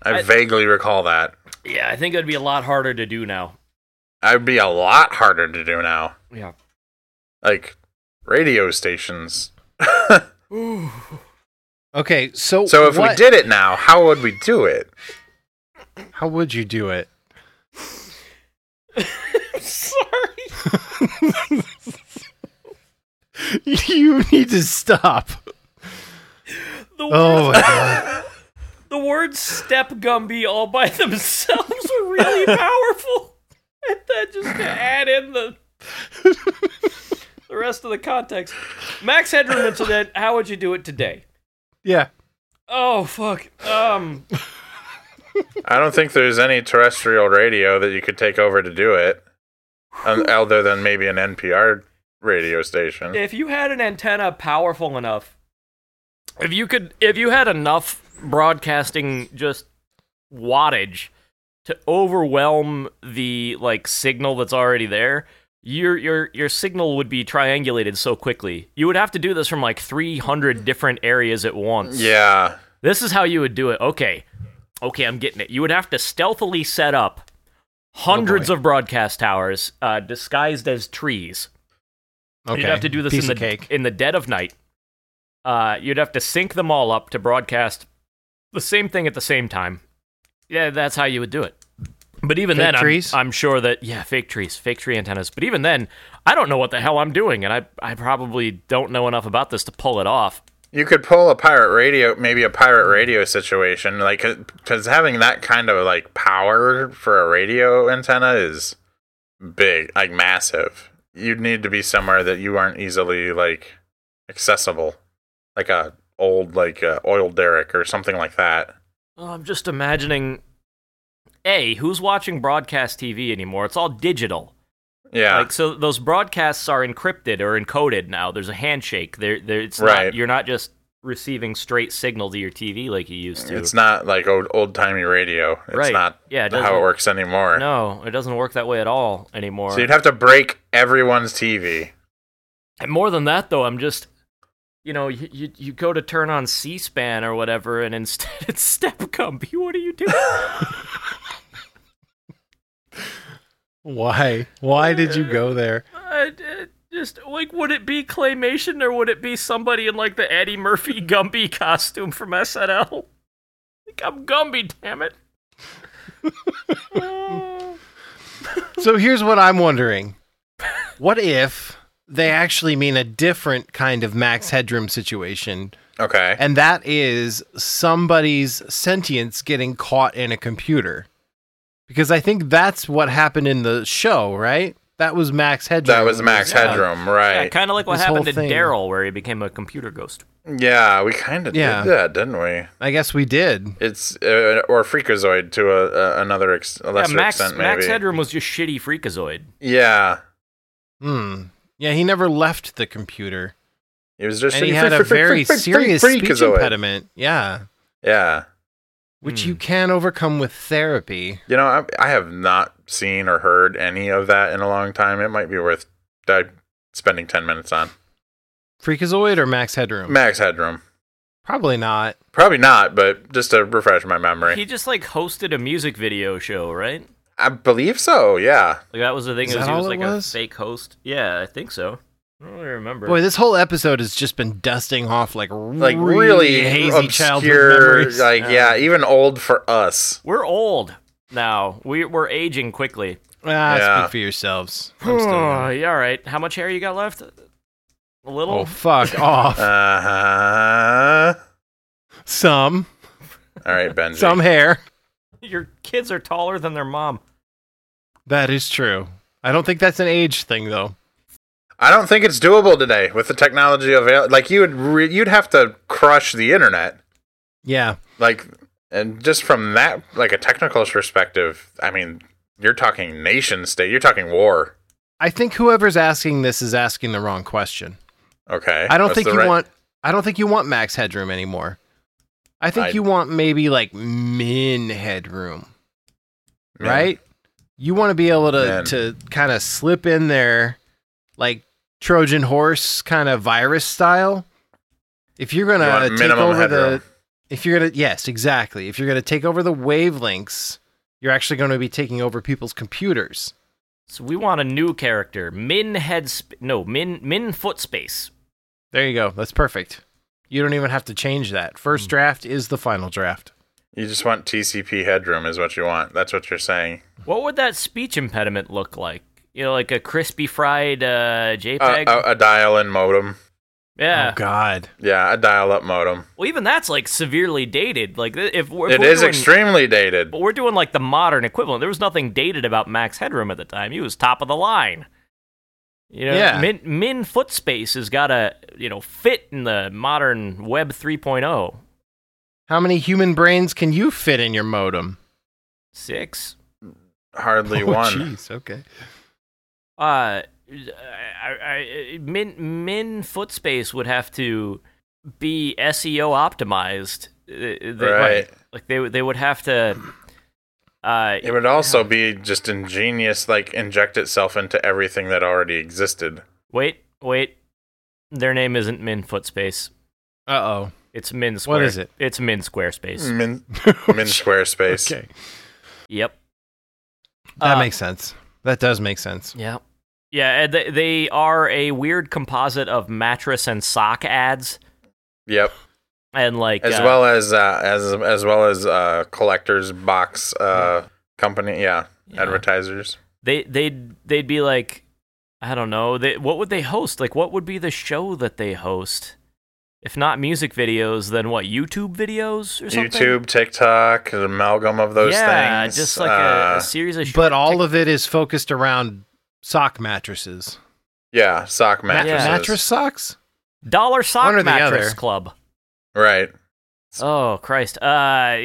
I, I- vaguely recall that. yeah, I think it'd be a lot harder to do now. I'd be a lot harder to do now. Yeah. Like radio stations. okay. So So if we what- did it now, how would we do it? how would you do it? Sorry. you need to stop. The, Oh words, my god. the words step Gumby all by themselves are really powerful. And then just to add in the the rest of the context. Max Headroom incident, how would you do it today? Yeah. Oh fuck. Um I don't think there's any terrestrial radio that you could take over to do it. un- other than maybe an NPR radio station. if you had an antenna powerful enough if you could if you had enough broadcasting just wattage to overwhelm the like signal that's already there your your your signal would be triangulated so quickly you would have to do this from like 300 different areas at once Yeah. this is how you would do it okay okay i'm getting it you would have to stealthily set up hundreds of broadcast towers uh, disguised as trees Okay. You'd have to do this Piece in the of cake. in the dead of night. Uh, you'd have to sync them all up to broadcast the same thing at the same time. Yeah, that's how you would do it. But even Fake then, I'm- trees? I'm, sure that yeah, fake trees, fake tree antennas. But even then, I don't know what the hell I'm doing, and I I probably don't know enough about this to pull it off. You could pull a pirate radio, maybe a pirate radio situation, like because having that kind of like power for a radio antenna is big, like massive. You'd need to be somewhere that you aren't easily like accessible, like a old like uh, oil derrick or something like that. Oh, I'm just imagining. A, who's watching broadcast TV anymore? It's all digital. Yeah, Like so, those broadcasts are encrypted or encoded now. There's a handshake. There, there. It's Right. not. You're not just receiving straight signal to your TV like you used to. it's not like old old timey radio. It's Right. not Yeah, it how doesn't- it works anymore. no, it doesn't work that way at all anymore. So you'd have to break everyone's TV. and more than that, though, I'm just, you know, you you, you go to turn on C-SPAN or whatever, and instead it's Step Compy. What are you doing? Why? Why did you go there? I, I Uh, just like, would it be claymation or would it be somebody in like the Eddie Murphy Gumby costume from SNL? Like, I'm Gumby, damn it. So here's what I'm wondering. What if they actually mean a different kind of max headroom situation Okay. and that is somebody's sentience getting caught in a computer. Because I think that's what happened in the show, right? That was Max Headroom. that was Max Yeah. Headroom, right? Yeah, kind of like what This happened whole to thing. Daryl, where he became a computer ghost. Yeah, we kind of Yeah. did that, didn't we? I guess we did. It's uh, or Freakazoid to a, a another ex- a lesser yeah, Max, extent, maybe. Max Headroom was just shitty Freakazoid. Yeah, Hmm. Yeah, he never left the computer. he was just And he freak- had a freak- freak- very freak- freak- serious freak- speech freakazoid. impediment. Yeah. Yeah, Which Hmm. you can overcome with therapy. you know, I, I have not seen or heard any of that in a long time. It might be worth di- spending ten minutes on Freakazoid or Max Headroom? Max Headroom. Probably not. Probably not, but just to refresh my memory, He just like hosted a music video show, right? I believe so. Yeah, Like that was the thing. Is it was, that he was all it like was? a fake host. Yeah, I think so. I don't really remember. Boy, this whole episode has just been dusting off like, like really, really, hazy childhood obscure, memories. like yeah, even old for us. we're old now. We we're aging quickly. Ah, Yeah. speak for yourselves. I'm still Oh, young. yeah, all right. How much hair you got left? A little. Oh, fuck off. Uh huh. Some, Uh-huh. All right, Benji. some hair. Your kids are taller than their mom. That is true. I don't think that's an age thing, though. I don't think it's doable today with the technology available. Like you would, re- you'd have to crush the internet. Yeah. Like, and just from that, like a technical perspective, I mean, you're talking nation state. You're talking war. I think whoever's asking this is asking the wrong question. Okay. I don't What's think the you right- want. I don't think you want max headroom anymore. I think I- you want maybe like min headroom, Yeah. right? You want to be able to Min. to kind of slip in there, like Trojan horse kind of virus style. If you're You gonna want take minimum over headroom. the, if you're gonna yes, exactly. If you're gonna take over the wavelengths, you're actually going to be taking over people's computers. So we want a new character. Min head. Sp- no, Min Min foot space. There you go. That's perfect. You don't even have to change that. First Hmm. draft is the final draft. you just want TCP headroom is what you want. That's what you're saying. What would that speech impediment look like? You know, like a crispy fried uh, A, JPEG. a, a dial-in modem. yeah. Oh God. Yeah, a dial-up modem. Well, even that's like severely dated. Like th- if we're, if It we're is doing, extremely dated. But we're doing like the modern equivalent. There was nothing dated about Max Headroom at the time. He was top of the line. You know, Yeah. min, min foot space has got to you know fit in the modern Web oh. 3.0. How many human brains can you fit in your modem? Six. Hardly Oh, one. Jeez. Okay. uh, I, I, min min Footspace would have to be SEO optimized. Uh, they- Right. Like they would- they would have to. Uh, It would also be just ingenious, like inject itself into everything that already existed. wait, wait. Their name isn't Min Footspace. Uh oh. It's Min Square. What is it? It's Min Squarespace. Min, min Squarespace. Okay. Yep. That Uh, makes sense. That does make sense. Yeah. Yeah, and they, they are a weird composite of mattress and sock ads Yep. and like As uh, well as uh, as as well as uh, collectors box uh, company. Yeah. Yeah. Advertisers. they they'd they'd be like I don't know, they, what would they host? Like what would be the show that they host? If not music videos, then what, YouTube videos or something? YouTube, TikTok, an amalgam of those yeah, things. just like uh, a, a series of short But all of it is focused around sock mattresses. yeah, sock Ma- mattresses. Mattress socks? dollar sock One or the mattress other. club. Right. Oh Christ. Uh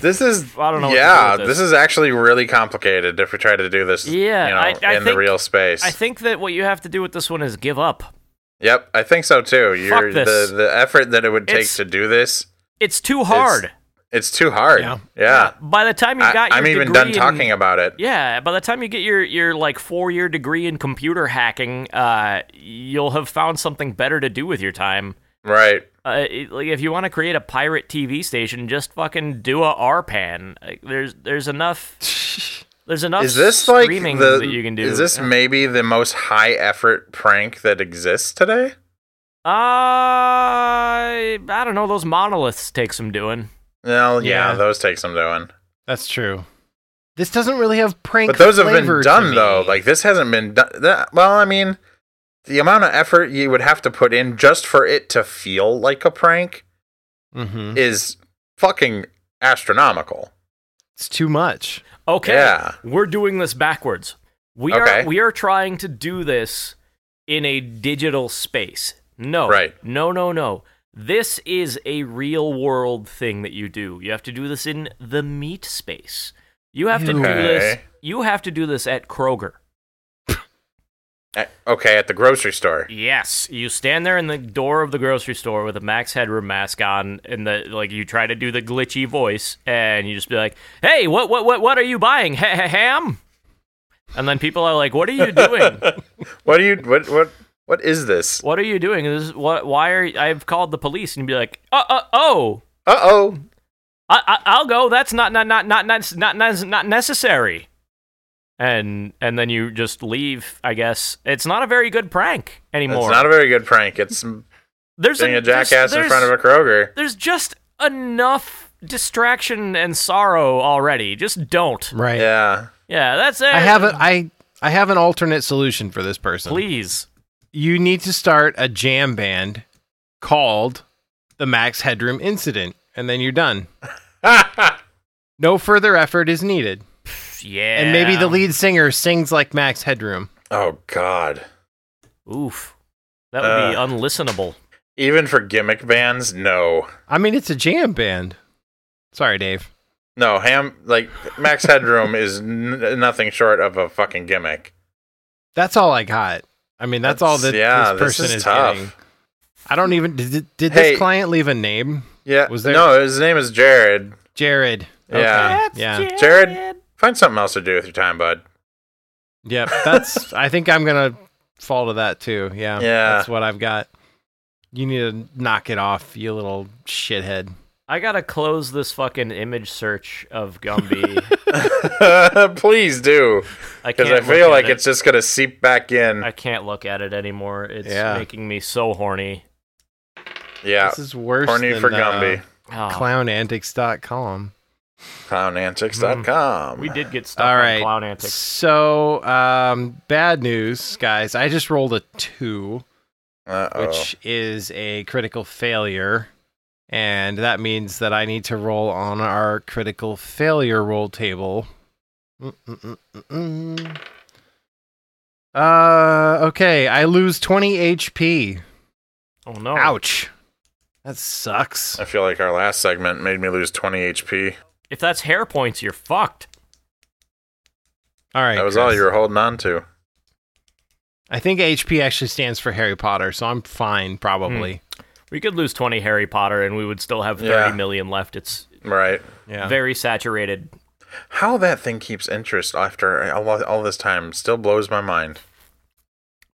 This is I don't know what to do Yeah, with this. this. is actually really complicated if we try to do this. Yeah, you know, I- I in the think- real space. I think that what you have to do with this one is give up. yep, I think so too. You're this. the the effort that it would take It's- to do this. It's too hard. It's too hard. Yeah. Yeah, By the time you I, got your am even degree done in- talking about it. Yeah, by the time you get your your like four year degree in computer hacking, uh, you'll have found something better to do with your time. Right. Uh, it- like if you want to create a pirate TV station, just fucking do a RPAN. Like, there's there's enough there's enough Is this like streaming the that you can do. Is this maybe the most high effort prank that exists today? uh, I don't know. Those monoliths take some doing. Well, yeah, Yeah. those take some doing. That's true. This doesn't really have prank. But those have flavor to been done though. me. Like this hasn't been done. That, well, I mean, the amount of effort you would have to put in just for it to feel like a prank Mhm. is fucking astronomical. it's too much. Okay. Yeah. We're doing this backwards. We Okay. are we are trying to do this in a digital space. No. Right. No, no, no. This is a real world thing that you do. You have to do this in the meat space. You have to do Okay. this you have to do this at Kroger. At- okay, at the grocery store. Yes, you stand there in the door of the grocery store with a Max Headroom mask on, and the like. You try to do the glitchy voice, and you just be like, "Hey, what, what, what, what are you buying? Ha- ha- ham?" And then people are like, "What are you doing? What do you? What? What? What is this? what are you doing? This is what? Why are you, I've called the police?" And you'd be like, "Uh, uh, oh, Uh oh. I, I, I'll go. That's not, not, not, not, not, not, not, not necessary." And and then you just leave. I guess it's not a very good prank anymore. It's not a very good prank. It's being there's a there's- jackass in there's- front of a Kroger. there's just enough distraction and sorrow already. Just don't. Right. Yeah. Yeah, that's it. I have a, I I have an alternate solution for this person. Please. You need to start a jam band called the Max Headroom Incident, and then you're done. No further effort is needed. Yeah. And maybe the lead singer sings like Max Headroom. oh God. Oof. That would be Uh. unlistenable. Even for gimmick bands, no. I mean, it's a jam band. Sorry, Dave. No, ham like Max Headroom is n- nothing short of a fucking gimmick. That's all I got. I mean, that's, all that this yeah, this person is is, tough. getting. I don't even did, did Hey. this client leave a name? Yeah. Was there- No, his name is Jared. Jared. Yeah. Okay. Yeah. Jared, find something else to do with your time, bud. Yep. That's I think I'm gonna fall to that too. Yeah. Yeah. That's what I've got. You need to knock it off, you little shithead. I gotta close this fucking image search of Gumby. Please do, I because can't I look feel at like it. it's just gonna seep back in. I can't look at it anymore. It's Yeah. making me so horny. yeah, This is worse horny than for uh, Gumby. Oh, clownantics.com. Clownantics.com. Mm. we did get stuff All right. on clown antics. So, um, bad news, guys. I just rolled a two, Uh-oh. which is a critical failure. And that means that I need to roll on our critical failure roll table. Mm, Mm-mm-mm-mm-mm. mm, Uh, okay. I lose 20 HP. Oh no. Ouch. That sucks. I feel like our last segment made me lose 20 HP. If that's hair points, you're fucked. All right. that was Chris. all you were holding on to. I think HP actually stands for Harry Potter, so I'm fine probably. We could lose 20 Harry Potter and we would still have 30 Yeah. million left. It's Right. Yeah. very saturated. How that thing keeps interest after all, all this time still blows my mind.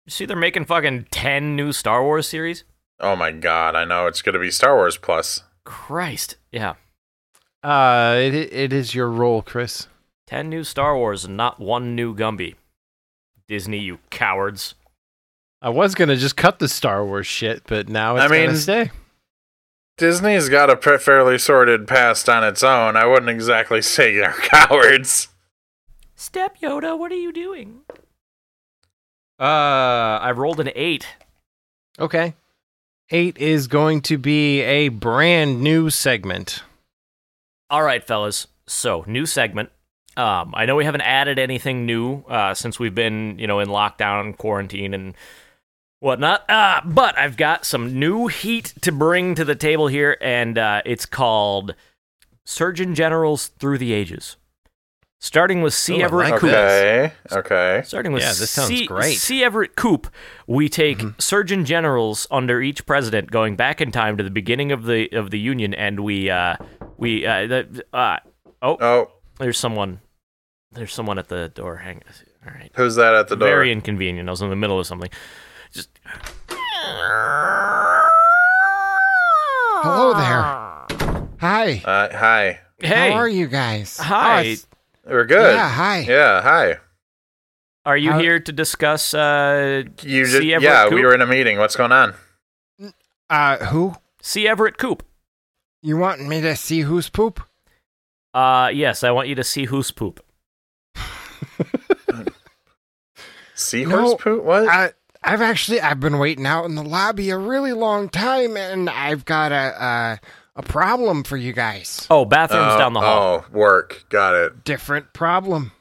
You see, they're making fucking 10 new Star Wars series? Oh my god, I know it's going to be Star Wars Plus. Christ. Yeah. Uh, it, it is your role, Chris. 10 new Star Wars and not one new Gumby. Disney, you cowards. I was gonna just cut the Star Wars shit, but now it's I mean- gonna stay. Disney's got a pre- fairly sorted past on its own. I wouldn't exactly say they're cowards. Step Yoda, what are you doing? Uh, I rolled an 8. Okay. Eight is going to be a brand new segment. All right, fellas. So, new segment. Um, I know we haven't added anything new uh, since we've been, you know, in lockdown and quarantine and whatnot. Uh, but I've got some new heat to bring to the table here, and uh, it's called Surgeon Generals Through the Ages. Starting with C. Ooh, I Everett like Koop. Okay. Okay. Starting with Yeah, this sounds C, great. Mm-hmm. C. Everett Koop, we take surgeon generals under each president, going back in time to the beginning of the of the union, and we uh, we uh, the, uh, oh, Oh, there's someone, there's someone at the door. Hang, all right, who's that at the door? very inconvenient. I was in the middle of something. Just Hello there. Hi. Uh, hi. hey, How are you guys? hi, Oh, it's- We're good. Yeah, hi. Yeah, hi. are you How- here to discuss? Uh, You See just Everett yeah, we Koop? were in a meeting. What's going on? Uh, who? C. Everett Koop. You want me to see who's poop? Uh, yes, I want you to see who's poop. Seahorse No, poop? What? I, Uh, I've actually I've been waiting out in the lobby a really long time, and I've got a a, a problem for you guys. Oh, bathrooms down the hall. Oh, work. Got it. Different problem.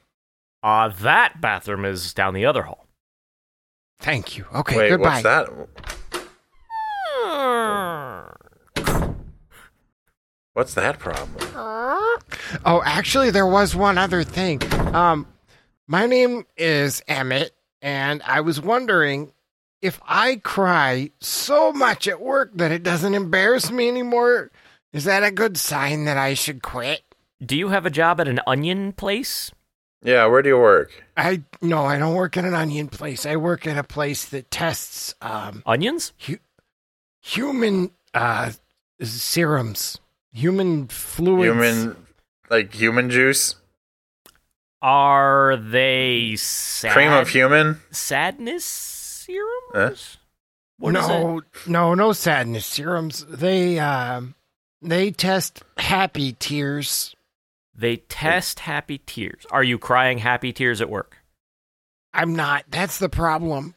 oh. Uh, that bathroom is down the other hall. Thank you. Okay, Wait, goodbye. what's that? What's that problem? Oh, actually, there was one other thing. Um, my name is Emmett, and I was wondering if I cry so much at work that it doesn't embarrass me anymore. Is that a good sign that I should quit? Do you have a job at an onion place? Yeah, where do you work? I no, I don't work at an onion place. I work at a place that tests um Onions? human uh serums, human fluids. Human, like human juice, Are they sad? cream of human. sadness serums? Huh? What is no, no, no sadness serums. They um, they test happy tears. They test happy tears. Are you crying happy tears at work? I'm not. That's the problem.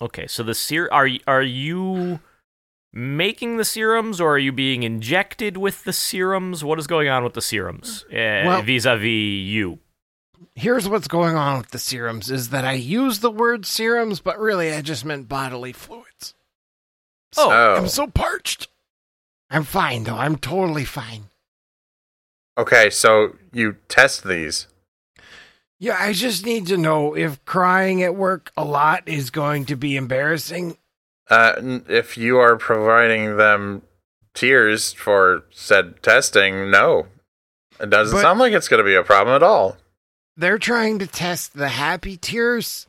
Okay, so the ser are y- are you making the serums or are you being injected with the serums? What is going on with the serums? Well- vis a vis you. Here's what's going on with the serums: is that I use the word serums, but really I just meant bodily fluids. Oh, I'm so parched. I'm fine though. I'm totally fine. okay. So you test these. Yeah, I just need to know if crying at work a lot is going to be embarrassing. Uh, n- if you are providing them tears for said testing, no, it doesn't But- sound like it's going to be a problem at all. They're trying to test the happy tears,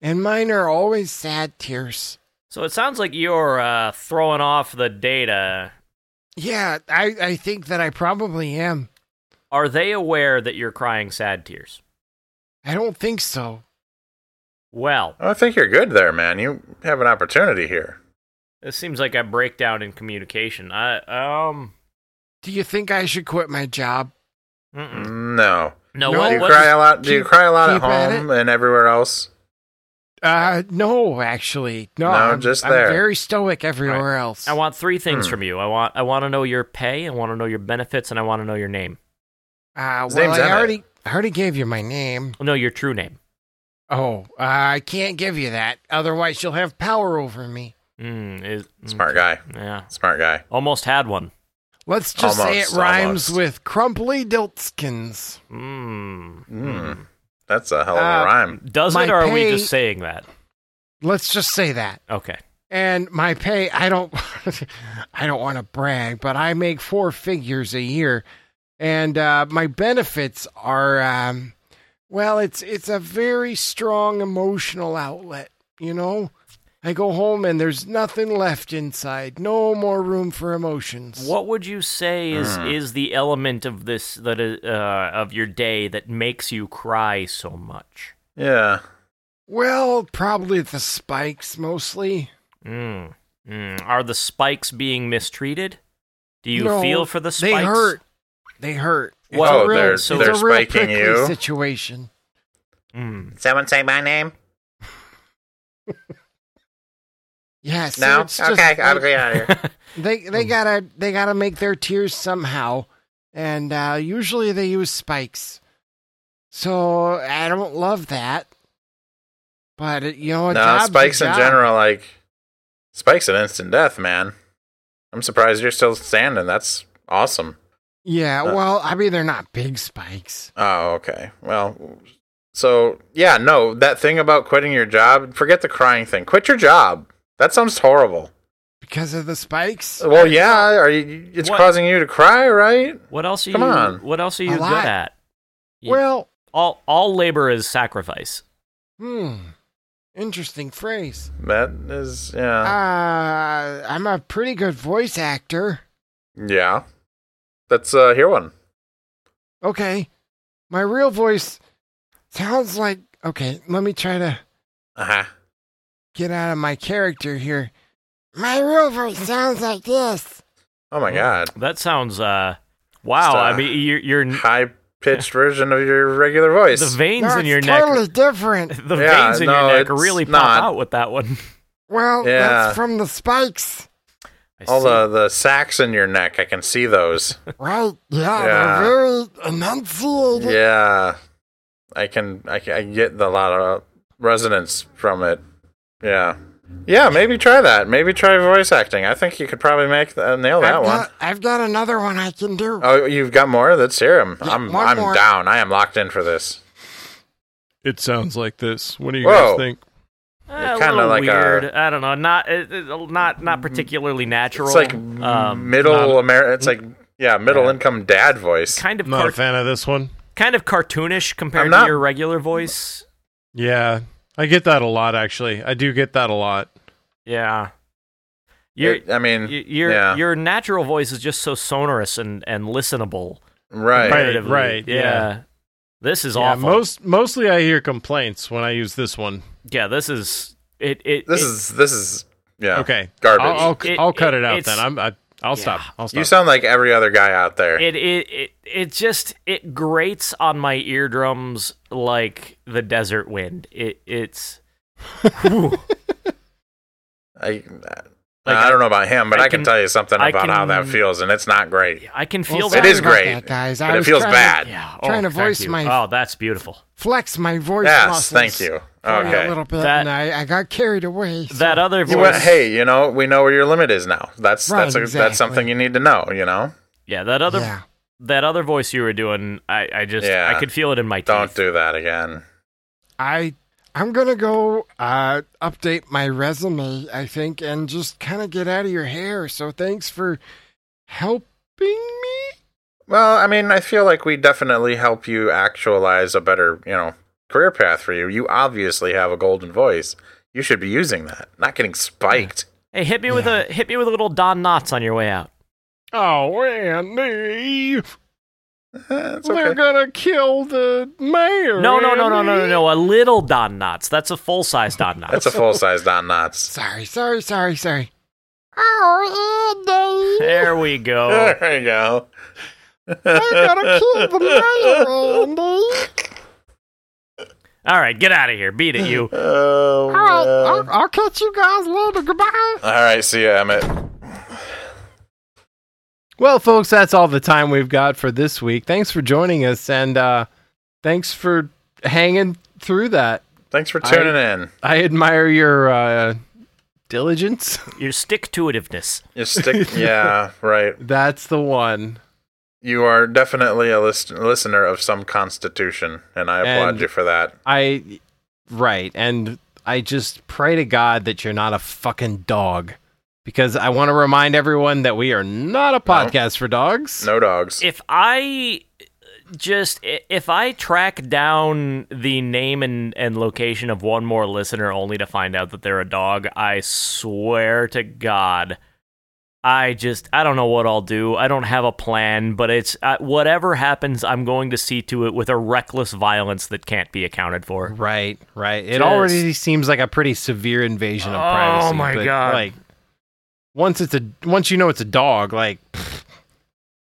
and mine are always sad tears. So it sounds like you're uh, throwing off the data. Yeah, I, I think that I probably am. Are they aware that you're crying sad tears? I don't think so. Well, I think you're good there, man. You have an opportunity here. this seems like a breakdown in communication. I um. Do you think I should quit my job? Mm-mm. No. No, No, do what, you what cry a lot? Do you keep- cry a lot at keep at home and everywhere else? Uh, no, actually, no. No, I'm, just I'm there. very stoic everywhere else. I want three things Hmm. from you. I want I want to know your pay. I want to know your benefits, and I want to know your name. Uh, His well, name's I Emmett. already, I already gave you my name. No, your true name. Oh, uh, I can't give you that. Otherwise, you'll have power over me. Mm, is, mm, Smart guy. Yeah, Smart guy. almost had one. Let's just say it Almost, rhymes almost. with crumply diltskins. Mm. Mm. That's a hell of a Uh, rhyme. Does My it, or are we pay- just saying that? Let's just say that. Okay. And my pay, I don't I don't want to brag, but I make four figures a year and uh my benefits are um well, it's it's a very strong emotional outlet, you know? I go home and there's nothing left inside. No more room for emotions. What would you say is Hmm. is the element of this that is, uh, of your day that makes you cry so much? Yeah. Well, probably the spikes mostly. Mm. Mm. Are the spikes being mistreated? Do you No, feel for the spikes? They hurt. They hurt. It's Well, a real, they're- it's they're a real spiking prickly you. situation. Mm. Someone say my name? Yes. No? it's just Okay, I'll like- get out of here. They they Oh. gotta they gotta make their tears somehow, and uh, usually they use spikes. So I don't love that, but it, you know, a No, job's a spikes in job. general, like spikes an instant death, man. I'm surprised you're still standing. That's awesome. Yeah, Uh, well, I mean they're not big spikes. Oh, okay. Well, so yeah, no, that thing about quitting your job, forget the crying thing. Quit your job. That sounds horrible. Because of the spikes? Well, yeah, are you, it's What? causing you to cry, right? What else are Come you? on. What else are A you good lot. at? You- Well, all all labor is sacrifice. hmm. Interesting phrase. That is, yeah, Uh, I'm a pretty good voice actor. yeah. Let's uh, hear one. Okay. My real voice sounds like. Okay, let me try to Uh huh. get out of my character here. My real voice sounds like this. Oh my god, That sounds uh wow. Just, uh, I mean, you're, you're high pitched version of your regular voice. Mm. the veins No, in your it's neck. totally different. The Yeah, veins in no, your neck it's really pop not. out with that one. Well, Yeah. that's from the spikes, I All see. the the sacks in your neck, I can see those. right? Yeah, Yeah. they're very enunciated. yeah, I can I, can- I get a lot of resonance from it. Yeah, yeah. Maybe try that. Maybe try voice acting. I think you could probably make th- nail that I've one. Got, I've got another one I can do. Oh, you've got more? Let's hear him. Yeah, I'm one I'm more. down. I am locked in for this. It sounds like this. What do you Whoa. guys think? Eh, a kinda little like uh, weird. I I don't know. Not uh, uh, not not particularly natural. It's like um, middle America. It's like yeah, middle income dad voice. kind of Not car- a fan of this one. kind of cartoonish compared I'm not- to your regular voice. Yeah, I get that a lot. Actually, I do get that a lot. Yeah. Your It- I mean, y- your yeah, your natural voice is just so sonorous and and listenable. right. comparatively. right, yeah. This is Yeah, awful. most mostly I hear complaints when I use this one. yeah, this is it. it This it- is this is yeah. Okay, Garbage. I'll I'll, It- I'll cut it- it, out it's- then. I'm I, I'll stop. I'll stop. You sound like every other guy out there. it it it it just it grates on my eardrums like the desert wind. It it's Whew. I, Like, I don't know about him, but I I, can, can- tell you something I about how that can- feels, and it's not great. I can Well, feel sorry that. It is about great, that, guys. I But it was feels trying to bad. yeah, Trying to thank voice you. my- Oh, that's beautiful. flex my voice Yes, muscles thank you. for you a Okay. little bit, That- and I, I got carried away. so- That other voice. You went, hey, you know, we know where your limit is now. That's Right, that's a, that's exactly. something you need to know. You know, Yeah, that other yeah. that other voice you were doing. I I just Yeah. I could feel it in my don't teeth. do that again. I I'm gonna go uh, update my resume, I think, and just kind of get out of your hair. So thanks for helping me. Well, I mean, I feel like we definitely help you actualize a better, you know, career path for you. You obviously have a golden voice. You should be using that, not getting spiked. Hey, hit me with a hit me with a little Don Knotts on your way out. oh, Andy, Eh, it's they're okay. gonna kill the mayor. No, no, no, no, no, no, no. A little Don Knotts. That's a full size Don Knotts. That's a full size Don Knotts. Sorry, sorry, sorry, sorry. Oh, Andy, there we go. There you go. they're gonna kill the mayor, Andy. All right, get out of here. Beat it, you. Oh, All right, man. I'll, I'll catch you guys later. Goodbye. All right, see ya, Emmett. Well, folks, that's all the time we've got for this week. Thanks for joining us and uh, thanks for hanging through that. Thanks for I- tuning in. I admire your uh, diligence. Your stick to itiveness. You stick, yeah, right. That's the one. You are definitely a list- listener of some constitution, and I applaud And- you for that. I right, and I just pray to God that you're not a fucking dog. Because I want to remind everyone that we are not a podcast for dogs. No dogs. If I uh, just i- if I track down the name and, and location of one more listener only to find out that they're a dog, I swear to God, I just I don't know what I'll do. I don't have a plan, but it's uh, whatever happens, I'm going to see to it with a reckless violence that can't be accounted for. Right, right. It Just- already seems like a pretty severe invasion of Oh privacy. my but, God. Like once it's a once you know it's a dog, like pfft,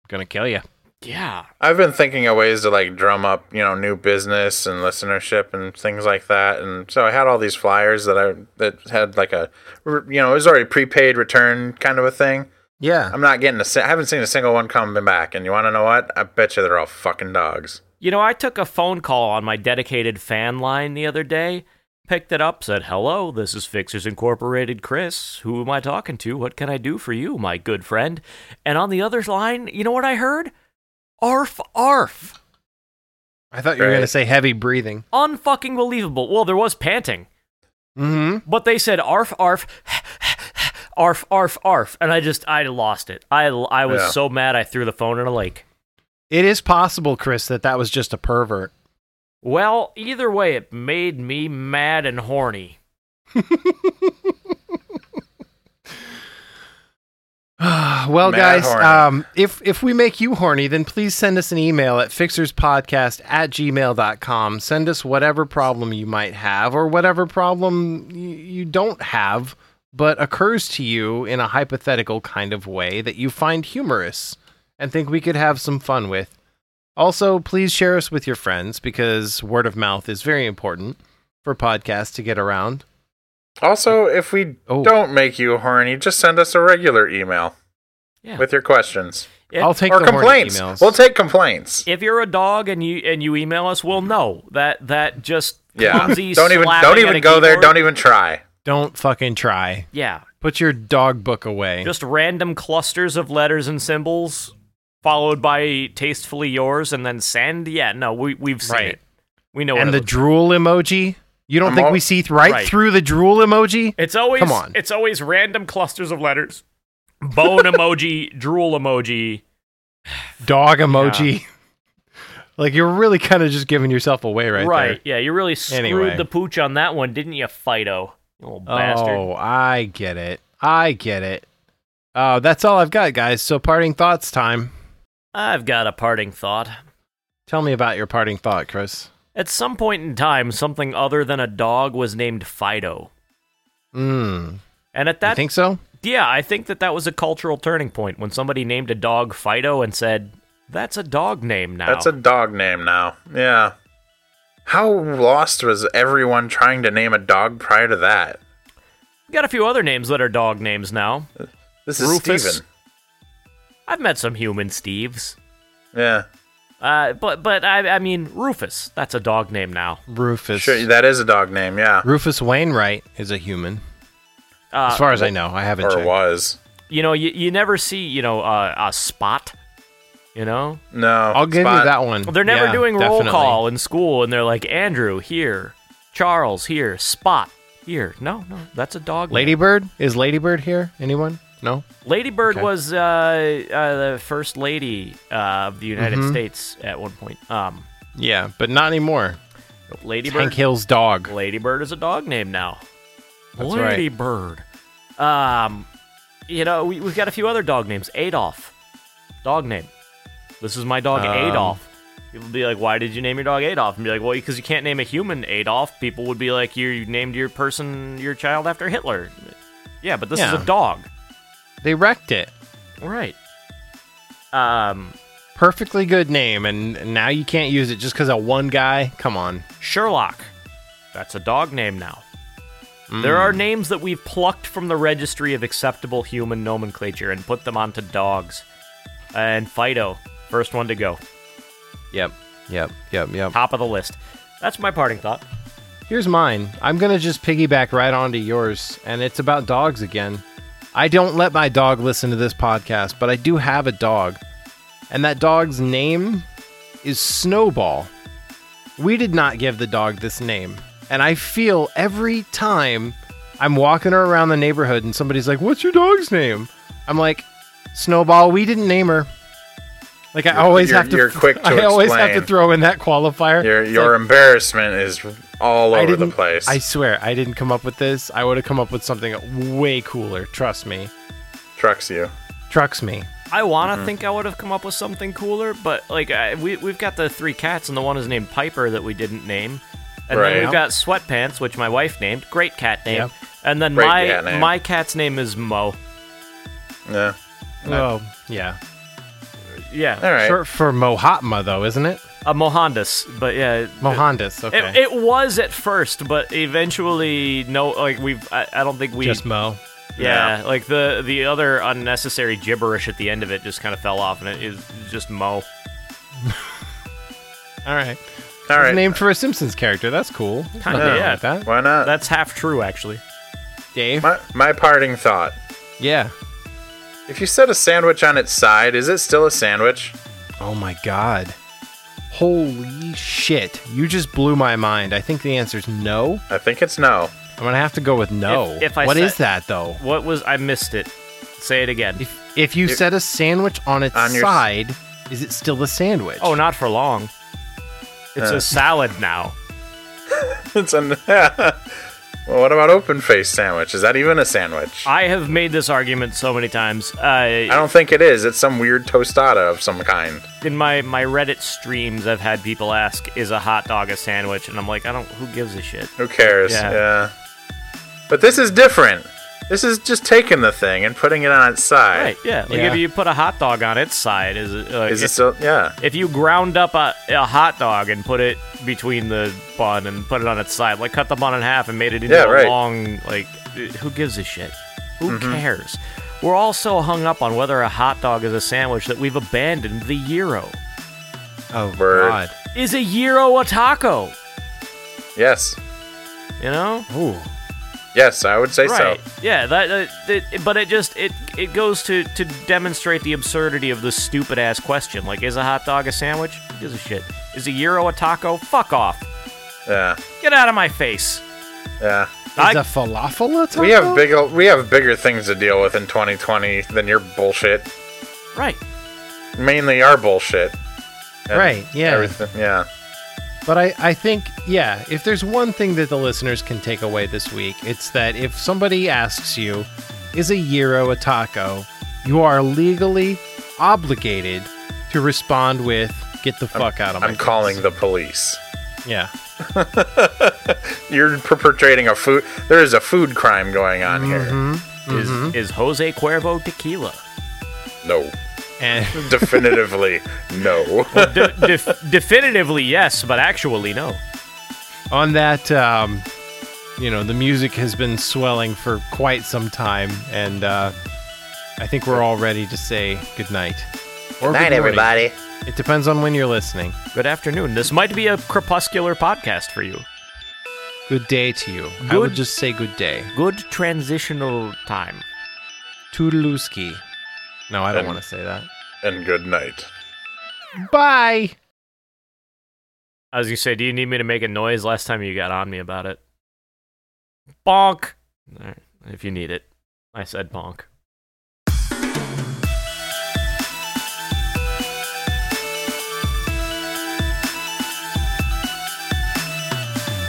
gonna kill you. Yeah, I've been thinking of ways to like drum up, you know, new business and listenership and things like that. And so I had all these flyers that I that had like a, you know, it was already prepaid return kind of a thing. Yeah. I'm not getting a. si- I haven't seen a single one coming back. And you want to know what? I bet you they're all fucking dogs. You know, I took a phone call on my dedicated fan line the other day, picked it up, said, Hello, this is Fixers Incorporated Chris. Who am I talking to? What can I do for you, my good friend? And on the other line, you know what I heard? Arf, arf. I thought you were gonna Right. say heavy breathing. Unfucking believable. Well, there was panting, Mm-hmm. but they said arf, arf, arf, arf, arf. And I just, I lost it. I, I was Yeah. so mad I threw the phone in a lake. It is possible, Chris, that that was just a pervert. Well, either way, it made me mad and horny. well, Mad guys, horny. um, if if we make you horny, then please send us an email at fixerspodcast at gmail.com. Send us whatever problem you might have or whatever problem y- you don't have, but occurs to you in a hypothetical kind of way that you find humorous and think we could have some fun with. Also, please share us with your friends because word of mouth is very important for podcasts to get around. Also, if we Oh. don't make you horny, just send us a regular email Yeah. with your questions If- I'll take or the horny complaints. emails. We'll take complaints. if you're a dog and you and you email us, well, no, that that just Yeah. Don't clumsy even don't slapping at a even go there. keyboard- Don't even try. don't fucking try. yeah, Put your dog book away. just random clusters of letters and symbols followed by tastefully yours and then send. Yeah, no, we we've seen Right. it. We know. what it and the looks- drool emoji. You don't I'm think all- we see th- right, Right. through the drool emoji? it's always Come on. it's always random clusters of letters. Bone emoji, drool emoji. Dog emoji. like you're really kind of just giving yourself away right, Right. there. Yeah, you really screwed Anyway. the pooch on that one, didn't you, Fido? You little bastard. Oh, I get it. I get it. Uh, that's all I've got, guys. So parting thoughts time. I've got a parting thought. Tell me about your parting thought, Chris. At some point in time, something other than a dog was named Fido. Mm. And at You that, think so? yeah, I think that that was a cultural turning point when somebody named a dog Fido and said, "That's a dog name now." That's a dog name now. Yeah. How lost was everyone trying to name a dog prior to that? got a few other names that are dog names now. This is Rufus. Steven. I've met some human Steves, Yeah. uh, but but I, I mean Rufus. That's a dog name now. Rufus. Sure, that is a dog name, yeah. Rufus Wainwright is a human. Uh, As far as I know, I haven't Or checked. was. you know, you, you never see you know uh, a spot. You know, No. I'll give Spot. you that one. They're never Yeah, doing roll definitely. call in school, and they're like Andrew here, Charles here, Spot here. No, no, that's a dog. name. Ladybird? Is Ladybird here? Anyone? No? Lady Bird Okay. was uh, uh, the first lady uh, of the United Mm-hmm. States at one point. Um, Yeah, but not anymore. Lady Hank Bird. Hill's dog. Lady Bird is a dog name now. That's right. Lady Bird. Um, you know, we, we've got a few other dog names. Adolf, dog name. This is my dog Um, Adolf. People be like, "Why did you name your dog Adolf?" And be like, "Well, because you can't name a human Adolf." People would be like, "You, you named your person, your child after Hitler." Yeah, but this is Yeah. a dog, They wrecked it. right? Um, Perfectly good name, and now you can't use it just because of one guy. Come on. Sherlock. That's a dog name now. Hmm. There are names that we've plucked from the registry of acceptable human nomenclature and put them onto dogs. And Fido, first one to go, Yep. Yep. Yep. Yep. top of the list. That's my parting thought. Here's mine. I'm gonna just piggyback right onto yours, and it's about dogs again. I don't let my dog listen to this podcast, but I do have a dog, and that dog's name is Snowball. We did not give the dog this name. And I feel every time I'm walking around the neighborhood and somebody's like, What's your dog's name? I'm like, Snowball, we didn't name her. Like I always you're- have to you're quick to I always have explain. to throw in that qualifier. Your It's your like, embarrassment is all I over the didn't- place. I swear I didn't come up with this. I would have come up with something way cooler, trust me. Trucks you. Trucks me. I want to Mm-hmm. think I would have come up with something cooler, but like I, we we've got the three cats, and the one is named Piper that we didn't name, and Right. then we've got Sweatpants, which my wife named, great cat name, Yep. and then Great my cat name. my cat's name is Mo. Yeah. Oh, yeah. Yeah, All right. Short for Mohatma though, isn't it? a Mohandas, but yeah. Mohandas, okay. It, it was at first, but eventually, no. Like we've, I, I don't think we. Just Mo. yeah, like the the other unnecessary gibberish at the end of it just kind of fell off, and it is just Mo. All right. All right. Named for a Simpsons character. That's cool. Kinda, Nothing wrong yeah. with that. Why not? That's half true, actually. Dave. my, my parting thought. Yeah. If you set a sandwich on its side, is it still a sandwich? Oh my god. Holy shit. You just blew my mind. I think the answer is no. I think it's no. I'm going to have to go with no. If- if I What said- is that though? What was I missed it? Say it again. If if you set a sandwich on its on your- side, is it still a sandwich? Oh, not for long. It's Uh. a salad now. It's a. well, what about open face sandwich? Is that even a sandwich? I have made this argument so many times. I Uh, don't think it is. It's some weird tostada of some kind. in my my Reddit streams, I've had people ask, "Is a hot dog a sandwich?" And I'm like, I don't. Who gives a shit? Who cares? Yeah. Yeah. But this is different. This is just taking the thing and putting it on its side. Right? Yeah. Like Yeah. if you put a hot dog on its side, is it? Uh, Is if, it still? Yeah. if you ground up a, a hot dog and put it between the bun and put it on its side, like cut the bun in half and made it into Yeah, a right. Mm-hmm. long, like, who gives a shit? Who cares? We're all so hung up on whether a hot dog is a sandwich that we've abandoned the gyro. Oh, Word. god. Is a gyro a taco? Yes. You know? Ooh. Yes, I would say right. so. Yeah, that, uh, that- but it just it it goes to to demonstrate the absurdity of this stupid ass question. Like is a hot dog a sandwich? Who gives a shit? Is a gyro a taco? Fuck off. Yeah. Get out of my face. Yeah. I- Is a falafel a taco? We have big we have bigger things to deal with in 2020 than your bullshit. Right. Mainly our bullshit. And Right, yeah. Everything. Yeah. But I, I think, yeah, if there's one thing that the listeners can take away this week, it's that if somebody asks you, is a gyro a taco, you are legally obligated to respond with, get the fuck out of my I'm face." calling the police. Yeah. You're perpetrating a food there is a food crime going on Is is Jose Cuervo tequila? here. No. And Definitively no. De- def- definitively yes, but actually no. on that, um, you know, the music has been swelling for quite some time. And uh, I think we're all ready to say goodnight. Or Night, morning. everybody. It depends on when you're listening. Good afternoon. This might be a crepuscular podcast for you. Good day to you. I Good- would just say good day. Good transitional time. Toodalooski. No, I don't Um, want to say that. and good night. Bye. I was gonna say, do you need me to make a noise? Last time you got on me about it. Bonk. All right, if you need it, I said bonk. What the fuck?